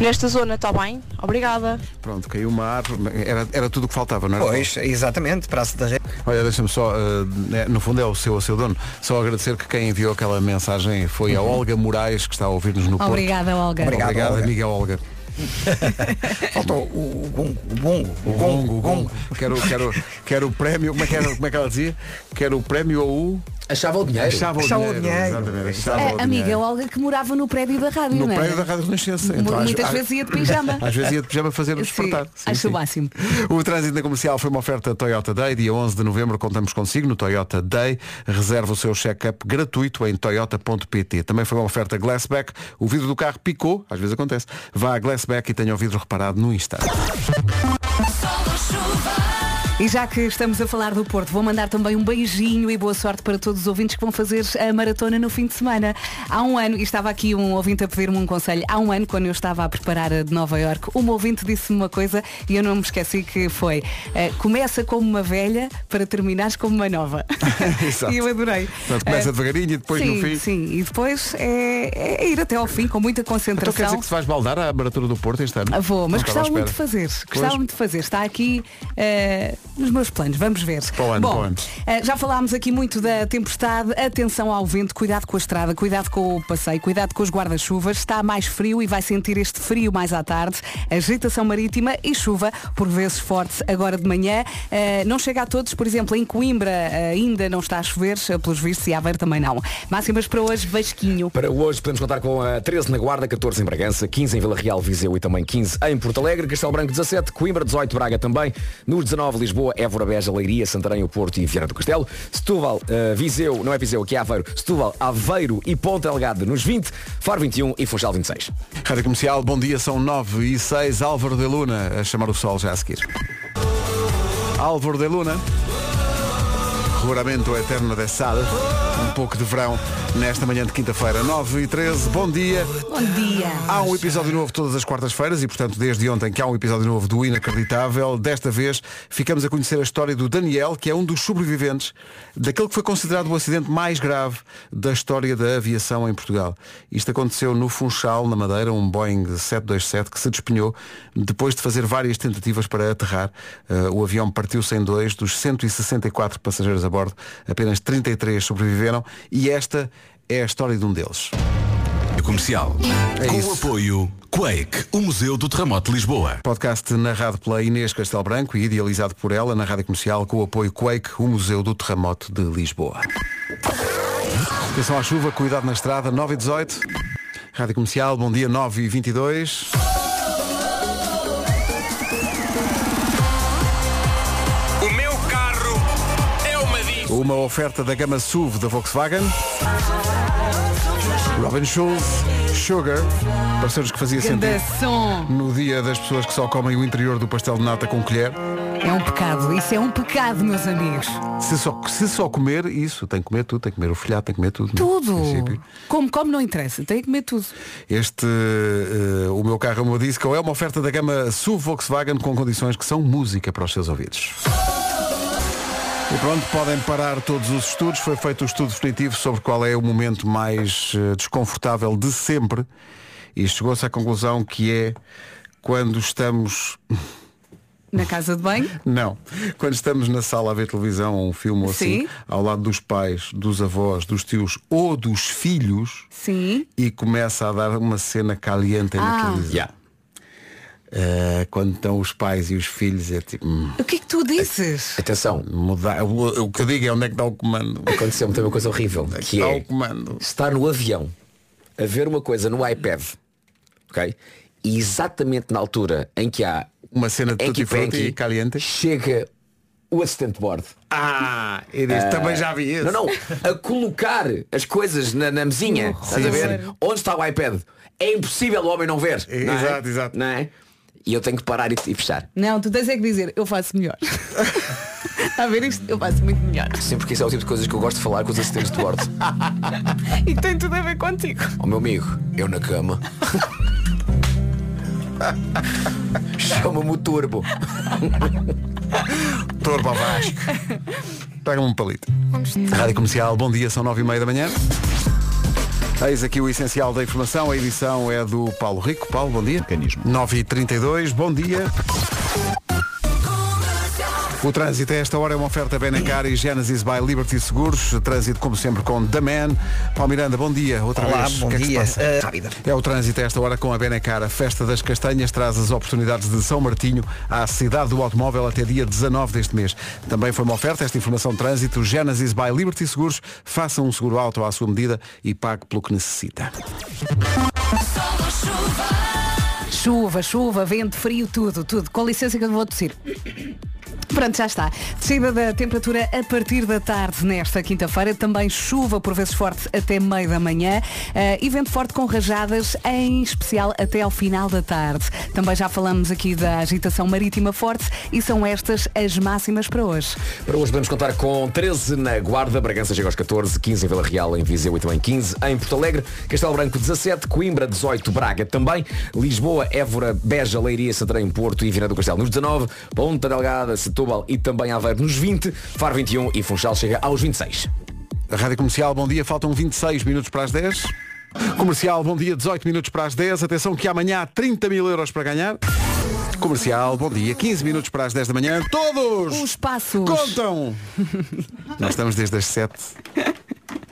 S14: nesta zona, está bem? Obrigada.
S1: Pronto, caiu uma árvore, era, era tudo o que faltava, não era?
S2: Pois, exatamente, Praça da República.
S1: Olha, deixa-me só, eh, é, no fundo é o seu, o seu dono, só agradecer que quem enviou aquela mensagem foi a Olga Moraes, que está a ouvir-nos no Porto.
S4: Obrigada, Olga.
S1: Obrigado, Obrigado
S4: Olga.
S1: amiga Olga.
S2: Faltou o gongo, o gongo,
S1: o gongo, o gongo. Quero, quero, quero o prémio, como é, que era, como é que ela dizia? Quero o prémio ou o...
S3: Achava o dinheiro.
S1: Achava o
S2: Achava o
S1: dinheiro.
S2: dinheiro.
S1: exatamente, achava o
S4: É, amiga,
S1: dinheiro.
S4: Olga que morava no prédio da rádio,
S1: No
S4: não é?
S1: prédio da Rádio Renascença.
S4: Mu-
S1: às-
S4: Muitas
S1: às-
S4: vezes ia de pijama.
S1: Às vezes ia de pijama fazer o despertar. Sim,
S4: acho
S1: sim.
S4: o máximo.
S1: O trânsito na comercial foi uma oferta Toyota Day. Dia 11 de novembro contamos consigo no Toyota Day. Reserva o seu check-up gratuito em toyota.pt. Também foi uma oferta Glassback. O vidro do carro picou, às vezes acontece. Vá a Glassback e tenha o vidro reparado no instante.
S4: E já que estamos a falar do Porto, vou mandar também um beijinho e boa sorte para todos os ouvintes que vão fazer a maratona no fim de semana. Há um ano, e estava aqui um ouvinte a pedir-me um conselho, há um ano, quando eu estava a preparar a de Nova York, um ouvinte disse-me uma coisa e eu não me esqueci que foi eh, começa como uma velha para terminares como uma nova.
S1: Exato.
S4: E eu adorei. Eh,
S1: Portanto, começa devagarinho e depois
S4: É. sim,
S1: no fim.
S4: Sim, e depois é, é ir até ao fim com muita
S1: Então
S4: concentração.
S1: quer dizer que se vais baldar à abertura do Porto este ano?
S4: Ah, Vou, mas
S1: Não estava à
S4: gostava muito de
S1: espera.
S4: fazer. Gostava
S1: Pois.
S4: muito de fazer. Está aqui eh, nos meus planos. Vamos ver.
S1: Para o ano,
S4: Bom,
S1: para o ano.
S4: eh, já falámos aqui muito da tempestade. Atenção ao vento, cuidado com a estrada, cuidado com o passeio, cuidado com os guarda-chuvas. Está mais frio e vai sentir este frio mais à tarde. Agitação marítima e chuva, por vezes forte, agora de manhã. Eh, não chega a todos, por exemplo, em Coimbra eh, ainda não está a chover, eh, pelos vistos, e a Aveiro também não. Máximas para hoje, Vasquinho.
S3: Para hoje podemos contar com a 13 na Guarda, 14 em Bragança, 15 em Vila Real, Viseu e também 15 em Porto Alegre, Castelo Branco 17, Coimbra 18, Braga também, nos 19 Lisboa, Évora, Beja, Leiria, Santarém, o Porto e Vieira do Castelo, Setúbal, eh, Viseu, não é Viseu, aqui é Aveiro, Setúbal, Aveiro e Ponta Delgada nos 20, Faro 21 e Funchal 26.
S1: Rádio Comercial, bom dia, são 9 e 6, Álvaro de Luna, a chamar o sol já a seguir. Álvaro de Luna, juramento eterno de sal, um pouco de verão, nesta manhã de quinta-feira, 9 e 13, bom dia.
S4: Bom dia.
S1: Há um episódio novo todas as quartas-feiras e, portanto, desde ontem que há um episódio novo do Inacreditável, desta vez ficamos a conhecer a história do Daniel, que é um dos sobreviventes daquele que foi considerado o acidente mais grave da história da aviação em Portugal. Isto aconteceu no Funchal, na Madeira, um Boeing 727 que se despenhou depois de fazer várias tentativas para aterrar. Eh, o avião partiu-se em dois, dos 164 passageiros a bordo, apenas 33 sobreviveram e esta é a história de um deles.
S12: Comercial.
S1: É
S12: Com o apoio Quake, o Museu do Terremoto de Lisboa.
S1: Podcast narrado pela Inês Castelo Branco e idealizado por ela na Rádio Comercial com o apoio Quake, o Museu do Terremoto de Lisboa. Atenção à chuva, cuidado na estrada, 9 e 18. Rádio Comercial, bom dia, 9 e 22.
S13: O meu carro é uma dica.
S1: Uma oferta da gama SUV da Volkswagen. Robin Schulz, Sugar, parceiros que fazia
S4: Ganda
S1: sentido
S4: som.
S1: no dia das pessoas que só comem o interior do pastel de nata com colher.
S4: É um pecado, isso é um pecado, meus amigos.
S1: Se só, se só comer isso, tem que comer tudo, tem que comer o folhado, tem que comer tudo. não é?
S4: Tudo.
S1: No princípio.
S4: Como, como não interessa, tem que comer tudo.
S1: Este, eh, o meu carro, é uma disse, é uma oferta da gama SUV Volkswagen com condições que são música para os seus ouvidos. E pronto, podem parar todos os estudos. Foi feito o estudo definitivo sobre qual é o momento mais eh, desconfortável de sempre. E chegou-se à conclusão que é quando estamos
S4: Na casa de banho?
S1: Não. Quando estamos na sala a ver televisão ou um filme ou assim,
S4: Sim.
S1: ao lado dos pais, dos avós, dos tios ou dos filhos,
S4: Sim.
S1: e começa a dar uma cena caliente na
S4: Ah.
S1: televisão. Eh, quando estão os pais e os filhos é tipo hum,
S4: O que é que tu dizes?
S3: Atenção.
S1: mudar o, o que eu digo é onde é que dá o comando
S3: aconteceu-me também uma coisa horrível que
S1: dá
S3: é
S1: o comando
S3: estar no avião a ver uma coisa no iPad ok e exatamente na altura em que há
S1: uma cena de tutti frutti e caliente
S3: chega o assistente de bordo
S1: ah e diz, também já vi esse.
S3: Eh, não não a colocar as coisas na, na mesinha estás a ver onde está o iPad é impossível o homem não ver não é?
S1: exato, exato
S3: não é? e eu tenho que parar e, e fechar
S4: Não, tu tens é que dizer, eu faço melhor. a ver isto, eu faço muito melhor.
S3: Sim, porque isso é o tipo de coisas que eu gosto de falar com os assistentes de bordo.
S4: e tem tudo a ver contigo.
S3: Ó meu amigo, eu na cama. Chama-me o turbo.
S1: Torba ao Vasco. Pega-me um palito. Rádio Comercial, bom dia, são nove e meia da manhã. Eis aqui o essencial da informação, a edição é do Paulo Rico. Paulo, bom dia. Mecanismo. 9 e 32 bom dia. O trânsito a esta hora é uma oferta Benacar e Genesis by Liberty Seguros. Trânsito, como sempre, com The Man. Paulo Miranda, bom dia. Outra
S2: Olá,
S1: vez.
S2: bom
S1: o que
S2: dia.
S1: É, que se
S2: Eh,
S1: passa?
S2: rápida.
S1: é o trânsito a esta hora com a Benacar. A Festa das Castanhas traz as oportunidades de São Martinho à cidade do automóvel até dia 19 deste mês. Também foi uma oferta esta informação de trânsito Genesis by Liberty Seguros. Faça um seguro auto à sua medida e pague pelo que necessita.
S4: Chuva, chuva, vento, frio, tudo, tudo. Com licença que eu vou tossir. Pronto, já está. Descida da temperatura a partir da tarde nesta quinta-feira. Também chuva por vezes forte até meio da manhã eh, e vento forte com rajadas, em especial até ao final da tarde. Também já falamos aqui da agitação marítima forte e são estas as máximas para hoje.
S3: Para hoje podemos contar com 13 na Guarda, Bragança chega aos 14, 15 em Vila Real, em Viseu e também 15 em Porto Alegre, Castelo Branco 17, Coimbra 18, Braga também, Lisboa, Évora, Beja, Leiria, Santarém, Porto e Viana do Castelo nos 19, Ponta Delgada, Setúbal e também Aveiro nos 20, Faro 21 e Funchal chega aos 26.
S1: A Rádio Comercial, bom dia. Faltam 26 minutos para as 10. Comercial, bom dia. 18 minutos para as 10. Atenção que amanhã há 30 mil euros para ganhar. Comercial, bom dia. 15 minutos para as 10 da manhã. Todos!
S4: Os passos.
S1: Contam! Nós estamos desde as 7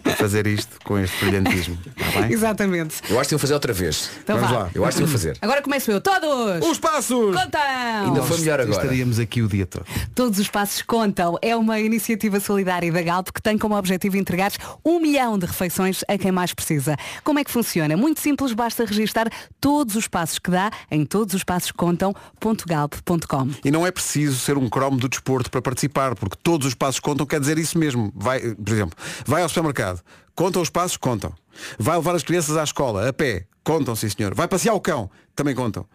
S1: a fazer isto com este brilhantismo. Está bem?
S4: Exatamente.
S3: Eu acho que iam fazer outra vez.
S4: Então Vamos vá. lá.
S3: Eu acho que iam fazer.
S4: Agora começo eu. Todos!
S1: Os passos!
S4: Contam!
S3: Ainda foi melhor agora.
S1: Estaríamos aqui o dia todo.
S4: Todos os passos contam. É uma iniciativa solidária da Galp que tem como objetivo entregar um milhão de refeições a quem mais precisa. Como é que funciona? Muito simples, basta registar todos os passos que dá em todos os passos contam.galp.com.
S1: E não é preciso ser um cromo do desporto para participar, porque todos os passos contam, quer dizer isso mesmo. Vai, por exemplo, vai ao supermercado, contam os passos, contam. Vai levar as crianças à escola, a pé, contam, sim senhor. Vai passear o cão, também contam.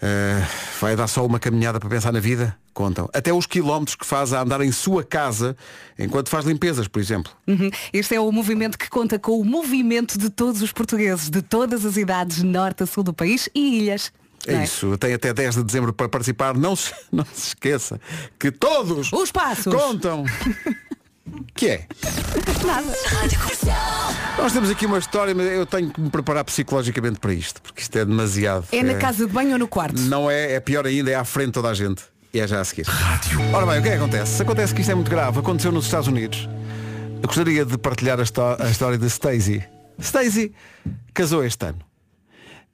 S1: Eh, vai dar só uma caminhada para pensar na vida? Contam. Até os quilómetros que faz a andar em sua casa enquanto faz limpezas, por exemplo.
S4: Uhum. Este é o movimento que conta com o movimento de todos os portugueses, de todas as idades, norte a sul do país e ilhas.
S1: É,
S4: não
S1: isso. Tem até 10 de dezembro para participar. Não se, não se esqueça que todos
S4: os passos
S1: contam. que é?
S4: Nada.
S1: Nós temos aqui uma história, mas eu tenho que me preparar psicologicamente para isto, porque isto é demasiado.
S4: É na casa de banho ou no quarto?
S1: Não é, é pior ainda, é à frente de toda a gente. E é já a seguir. Ora bem, o que é que acontece? Acontece que isto é muito grave. Aconteceu nos Estados Unidos. Eu gostaria de partilhar a, histó- a história de Stacy. Stacy casou este ano.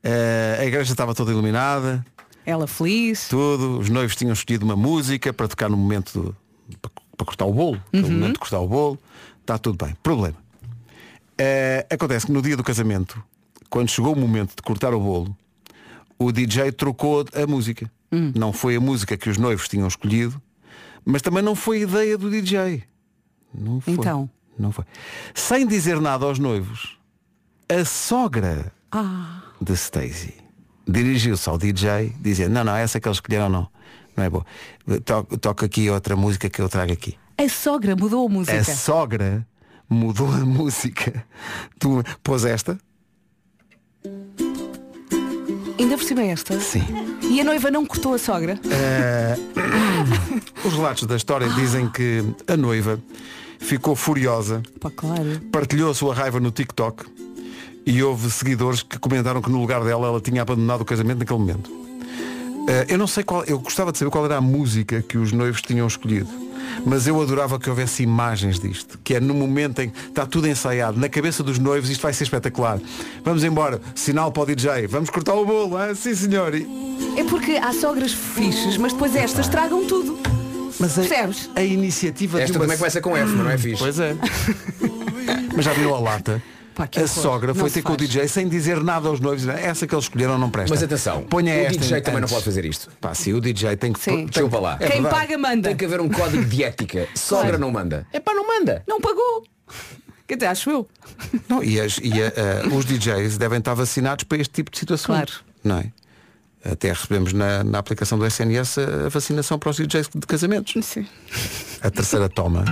S1: Eh, a igreja estava toda iluminada.
S4: Ela feliz.
S1: Tudo. Os noivos tinham escolhido uma música para tocar no momento do, para, para cortar o bolo. No
S15: Uhum.
S1: momento de cortar o bolo. Está tudo bem. Problema. Eh, acontece que no dia do casamento, quando chegou o momento de cortar o bolo, o DJ trocou a música.
S4: Hum.
S1: Não foi a música que os noivos tinham escolhido, mas também não foi a ideia do DJ. Não foi.
S4: Então?
S1: Não foi. Sem dizer nada aos noivos, a sogra
S4: Ah.
S1: de Stacy dirigiu-se ao DJ dizendo, não, não, essa que eles escolheram não. Não é boa. To- Toca aqui outra música que eu trago aqui.
S4: A sogra mudou a música.
S1: A sogra mudou a música. Tu pôs esta?
S4: Ainda por cima é esta?
S1: Sim.
S4: E a noiva não cortou a sogra?
S1: Eh, os relatos da história dizem que a noiva ficou furiosa,
S4: Pá, claro.
S1: partilhou a sua raiva no TikTok e houve seguidores que comentaram que no lugar dela ela tinha abandonado o casamento naquele momento. Eh, eu não sei qual, eu gostava de saber qual era a música que os noivos tinham escolhido. Mas eu adorava que houvesse imagens disto, que é no momento em que está tudo ensaiado, na cabeça dos noivos, isto vai ser espetacular. Vamos embora, sinal para o DJ, vamos cortar o bolo, ah, sim senhor. E-
S4: É porque há sogras fixes, mas depois estas tragam tudo.
S1: Mas
S4: Percebes?
S1: A iniciativa
S3: Esta também começa com F, mas não é fixe.
S1: Pois é. Mas já viu a lata?
S3: Pá, que
S1: a
S3: horror.
S1: sogra
S3: Não
S1: foi
S3: se
S1: ter com o
S3: faz.
S1: DJ sem dizer nada aos noivos. é? Essa que eles escolheram não presta.
S3: Mas atenção,
S1: Ponha
S3: o
S1: esta
S3: DJ
S1: antes.
S3: também não pode fazer isto.
S1: Pá, sim, o DJ tem que...
S4: Sim.
S1: tem-
S3: Desculpa lá.
S1: É
S4: Quem
S1: verdade.
S4: paga manda.
S3: Tem que haver um código de ética. Sogra não manda. É pá, não manda.
S4: Não pagou. Quer dizer, acho eu.
S1: Não, e as- e, eh, os DJs devem estar vacinados para este tipo de situações.
S4: Claro.
S1: Não é? Até recebemos na, na aplicação do SNS a a vacinação para os DJs de casamentos.
S4: Sim.
S1: A terceira toma.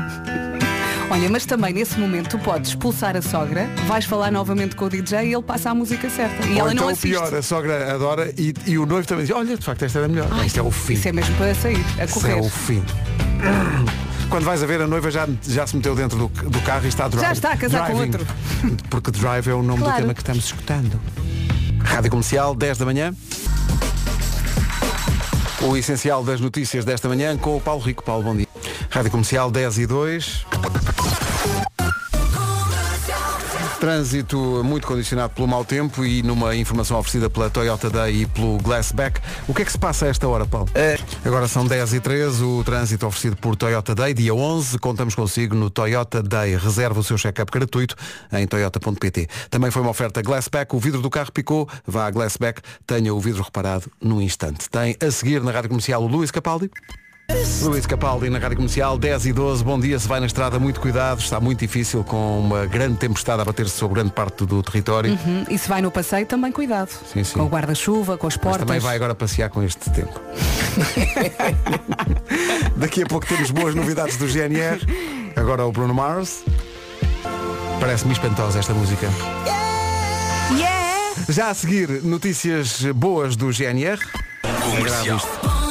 S4: Olha, mas também nesse momento tu podes expulsar a sogra, vais falar novamente com o DJ e ele passa a música certa. E
S1: Ou
S4: ela
S1: então
S4: não assiste.
S1: pior, a sogra adora e, e o noivo também diz, olha, de facto esta era melhor. Isto é o fim.
S4: Isso é mesmo para sair, a
S1: Isso é
S4: correr.
S1: o fim. Quando vais a ver, a noiva já, já se meteu dentro do, do carro e está a drive,
S4: Já está a casar com
S1: driving.
S4: outro.
S1: Porque drive é o nome
S4: Claro.
S1: do tema que estamos escutando. Rádio Comercial, 10 da manhã. O essencial das notícias desta manhã com o Paulo Rico. Paulo, bom dia. Rádio Comercial 10 e 2. Trânsito muito condicionado pelo mau tempo e numa informação oferecida pela Toyota Day e pelo Glassback. O que é que se passa a esta hora, Paulo? Agora são 10 e 13 o trânsito oferecido por Toyota Day, dia 11. Contamos consigo no Toyota Day. Reserva o seu check-up gratuito em toyota.pt. Também foi uma oferta Glassback. O vidro do carro picou. Vá a Glassback. Tenha o vidro reparado num instante. Tem a seguir na rádio comercial o Luís Capaldi. Luís Capaldi na Rádio Comercial, 10 e 12, bom dia, se vai na estrada, muito cuidado, está muito difícil com uma grande tempestade a bater-se sobre grande parte do território.
S4: Uhum. E se vai no passeio, também cuidado.
S1: Sim, sim.
S4: Com o guarda-chuva, com as
S1: Mas
S4: portas.
S1: também vai agora passear com este tempo. Daqui a pouco temos boas novidades do GNR. Agora o Bruno Mars. Parece-me espantosa esta música. Já a seguir, notícias boas do GNR. Grave isto.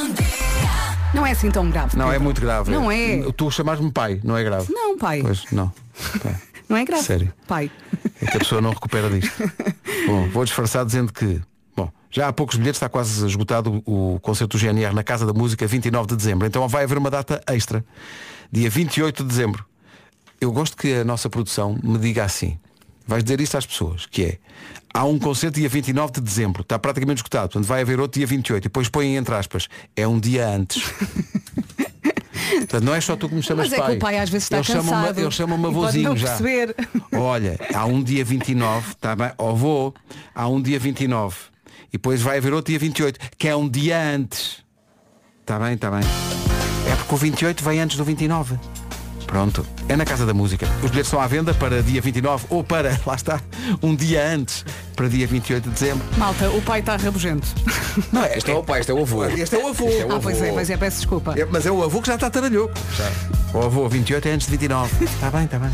S4: Não é assim tão grave.
S1: Não, é muito grave.
S4: Não é.
S1: Tu chamas-me pai, não é grave?
S4: Não, pai.
S1: Pois, não.
S4: Não é grave.
S1: Sério.
S4: Pai.
S1: É que a pessoa não recupera disto. Bom, vou disfarçar dizendo que. Bom, já há poucos bilhetes, está quase esgotado o o concerto do GNR na Casa da Música, 29 de dezembro. Então vai haver uma data extra. Dia 28 de dezembro. Eu gosto que a nossa produção me diga assim. Vais dizer isto às pessoas, que é Há um concerto dia 29 de dezembro, está praticamente esgotado, portanto vai haver outro dia 28 e depois põem entre aspas, é um dia antes. portanto, não é só tu que me chamas
S4: Mas é que o pai às vezes está
S1: Ele chama-me-
S4: cansado.
S1: Ele chama-me
S4: e pode
S1: avôzinho
S4: não
S1: já.
S4: perceber.
S1: Olha, há um dia 29, tá bem? Ó vou, há um dia 29. E depois vai haver outro dia 28, que é um dia antes. Está bem, está bem. É porque o 28 vem antes do 29. Pronto, é na Casa da Música. Os bilhetes estão à venda para dia 29 ou para, lá está, um dia antes, para dia 28 de dezembro.
S4: Malta, o pai está rabugento.
S1: Não,
S3: Este é o pai, este é o avô.
S1: Este é o avô.
S3: Este é o
S4: ah, pois é,
S3: avô.
S4: pois é, peço desculpa.
S1: É, mas é o avô que já está taralhoco. O avô, 28 é antes de 29. Está bem, está bem.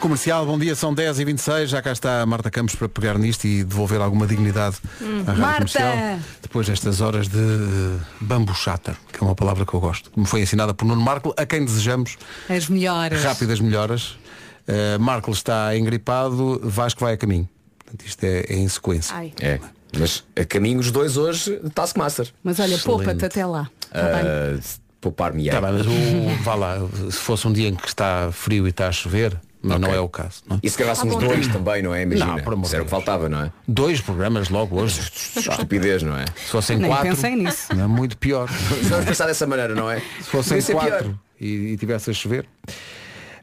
S1: Comercial, bom dia, são 10 e 26 Já cá está a Marta Campos para pegar nisto e devolver alguma dignidade
S4: Hum.
S1: à rádio
S4: Marta!
S1: comercial. Depois destas horas de eh, bambuchata, que é uma palavra que eu gosto, que me foi ensinada por Nuno Marco, a quem desejamos
S4: As melhores.
S1: rápidas melhoras. Eh, Marco está engripado, Vasco vai a caminho. Portanto, isto é, é em sequência.
S4: Ai.
S3: É. Mas a caminho os dois hoje, Taskmaster.
S4: Mas olha, poupa-te até lá. Tá bem?
S3: Ah, Poupar-me
S1: Tá bem, mas o, vá lá, se fosse um dia em que está frio e está a chover, mas não é o caso. Não é?
S3: E se gravássemos
S1: Ah, bom.
S3: dois também, não é? Imagina.
S1: Não, por amor
S3: Isso era o que faltava, não é?
S1: Dois programas logo hoje.
S3: Estupidez, não é?
S1: Se fossem
S3: Nem
S1: quatro,
S3: pensei nisso.
S1: não é muito pior.
S3: Vamos pensar dessa maneira, não é?
S1: Se fossem
S3: Isso é pior.
S1: quatro e, e tivesse a chover.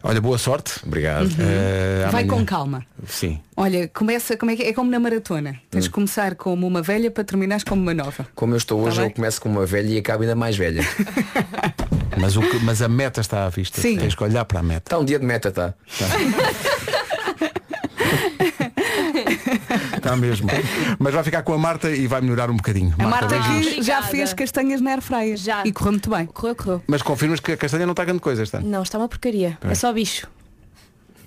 S1: Olha, boa sorte. Eh,
S3: Obrigado.
S4: Uhum.
S1: tá
S4: Vai com calma.
S1: Sim.
S4: Olha, começa, como é que é? É como na maratona. Tens de começar como uma velha para terminares como uma nova.
S3: Como eu estou hoje,
S4: Tá bem.
S3: eu começo com uma velha e acabo ainda mais velha.
S1: mas, o que- mas a meta está à vista.
S4: Sim.
S1: Tens que olhar para a meta.
S3: Está um dia de meta, está.
S1: Está mesmo. Mas vai ficar com a Marta e vai melhorar um bocadinho.
S4: A Marta
S1: beijinhos.
S4: que já fez castanhas na airfryer. Já. E correu muito bem.
S15: Correu, correu.
S1: Mas confirmas que a castanha não está grande coisa este ano.
S15: Não, está uma porcaria.
S1: Peraí.
S15: É só bicho.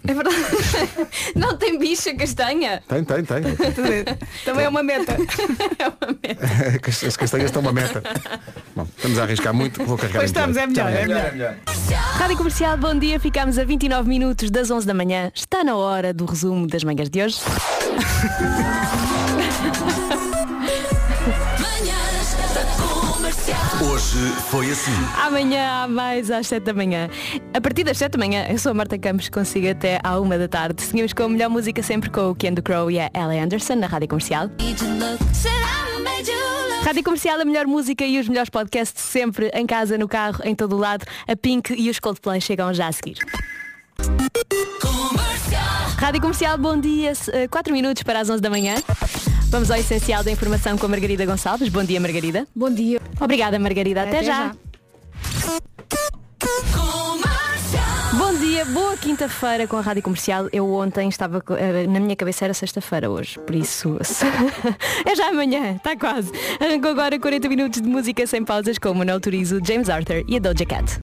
S15: É verdade. Não tem bicho é a castanha.
S1: Tem, tem, tem.
S15: Também é uma
S4: meta.
S1: As castanhas estão uma meta. Bom, estamos a arriscar muito. Vou carregar
S15: Pois
S1: em
S15: estamos,
S1: tudo.
S15: é melhor, é melhor. Rádio Comercial, bom dia. Ficamos a 29 minutos das 11 da manhã. Está na hora do resumo das manhãs de hoje.
S10: Manhãs da
S6: Hoje foi assim.
S7: Amanhã há mais às 7 da manhã. A partir das 7 da manhã, eu sou a Marta Campos, consigo até à 1 da tarde. Seguimos com a melhor música sempre com o Ken do Crow e a Ellie Anderson na Rádio Comercial. Rádio Comercial, a melhor música e os melhores podcasts sempre, em casa, no carro, em todo o lado. A Pink e os Coldplay chegam já a seguir. Rádio Comercial, bom dia. 4 minutos para as 11 da manhã. Vamos ao essencial da informação com a Margarida Gonçalves. Bom dia, Margarida. Bom dia. Obrigada, Margarida. Até,
S10: Até
S7: já. Bom dia, boa quinta-feira com a Rádio Comercial. Eu ontem estava, co- eh, na minha cabeça era sexta-feira hoje, por isso é já amanhã, Eh, está quase. Arrancou agora 40 minutos de música sem pausas com o Manuel Turizo, James Arthur e a Doja Cat.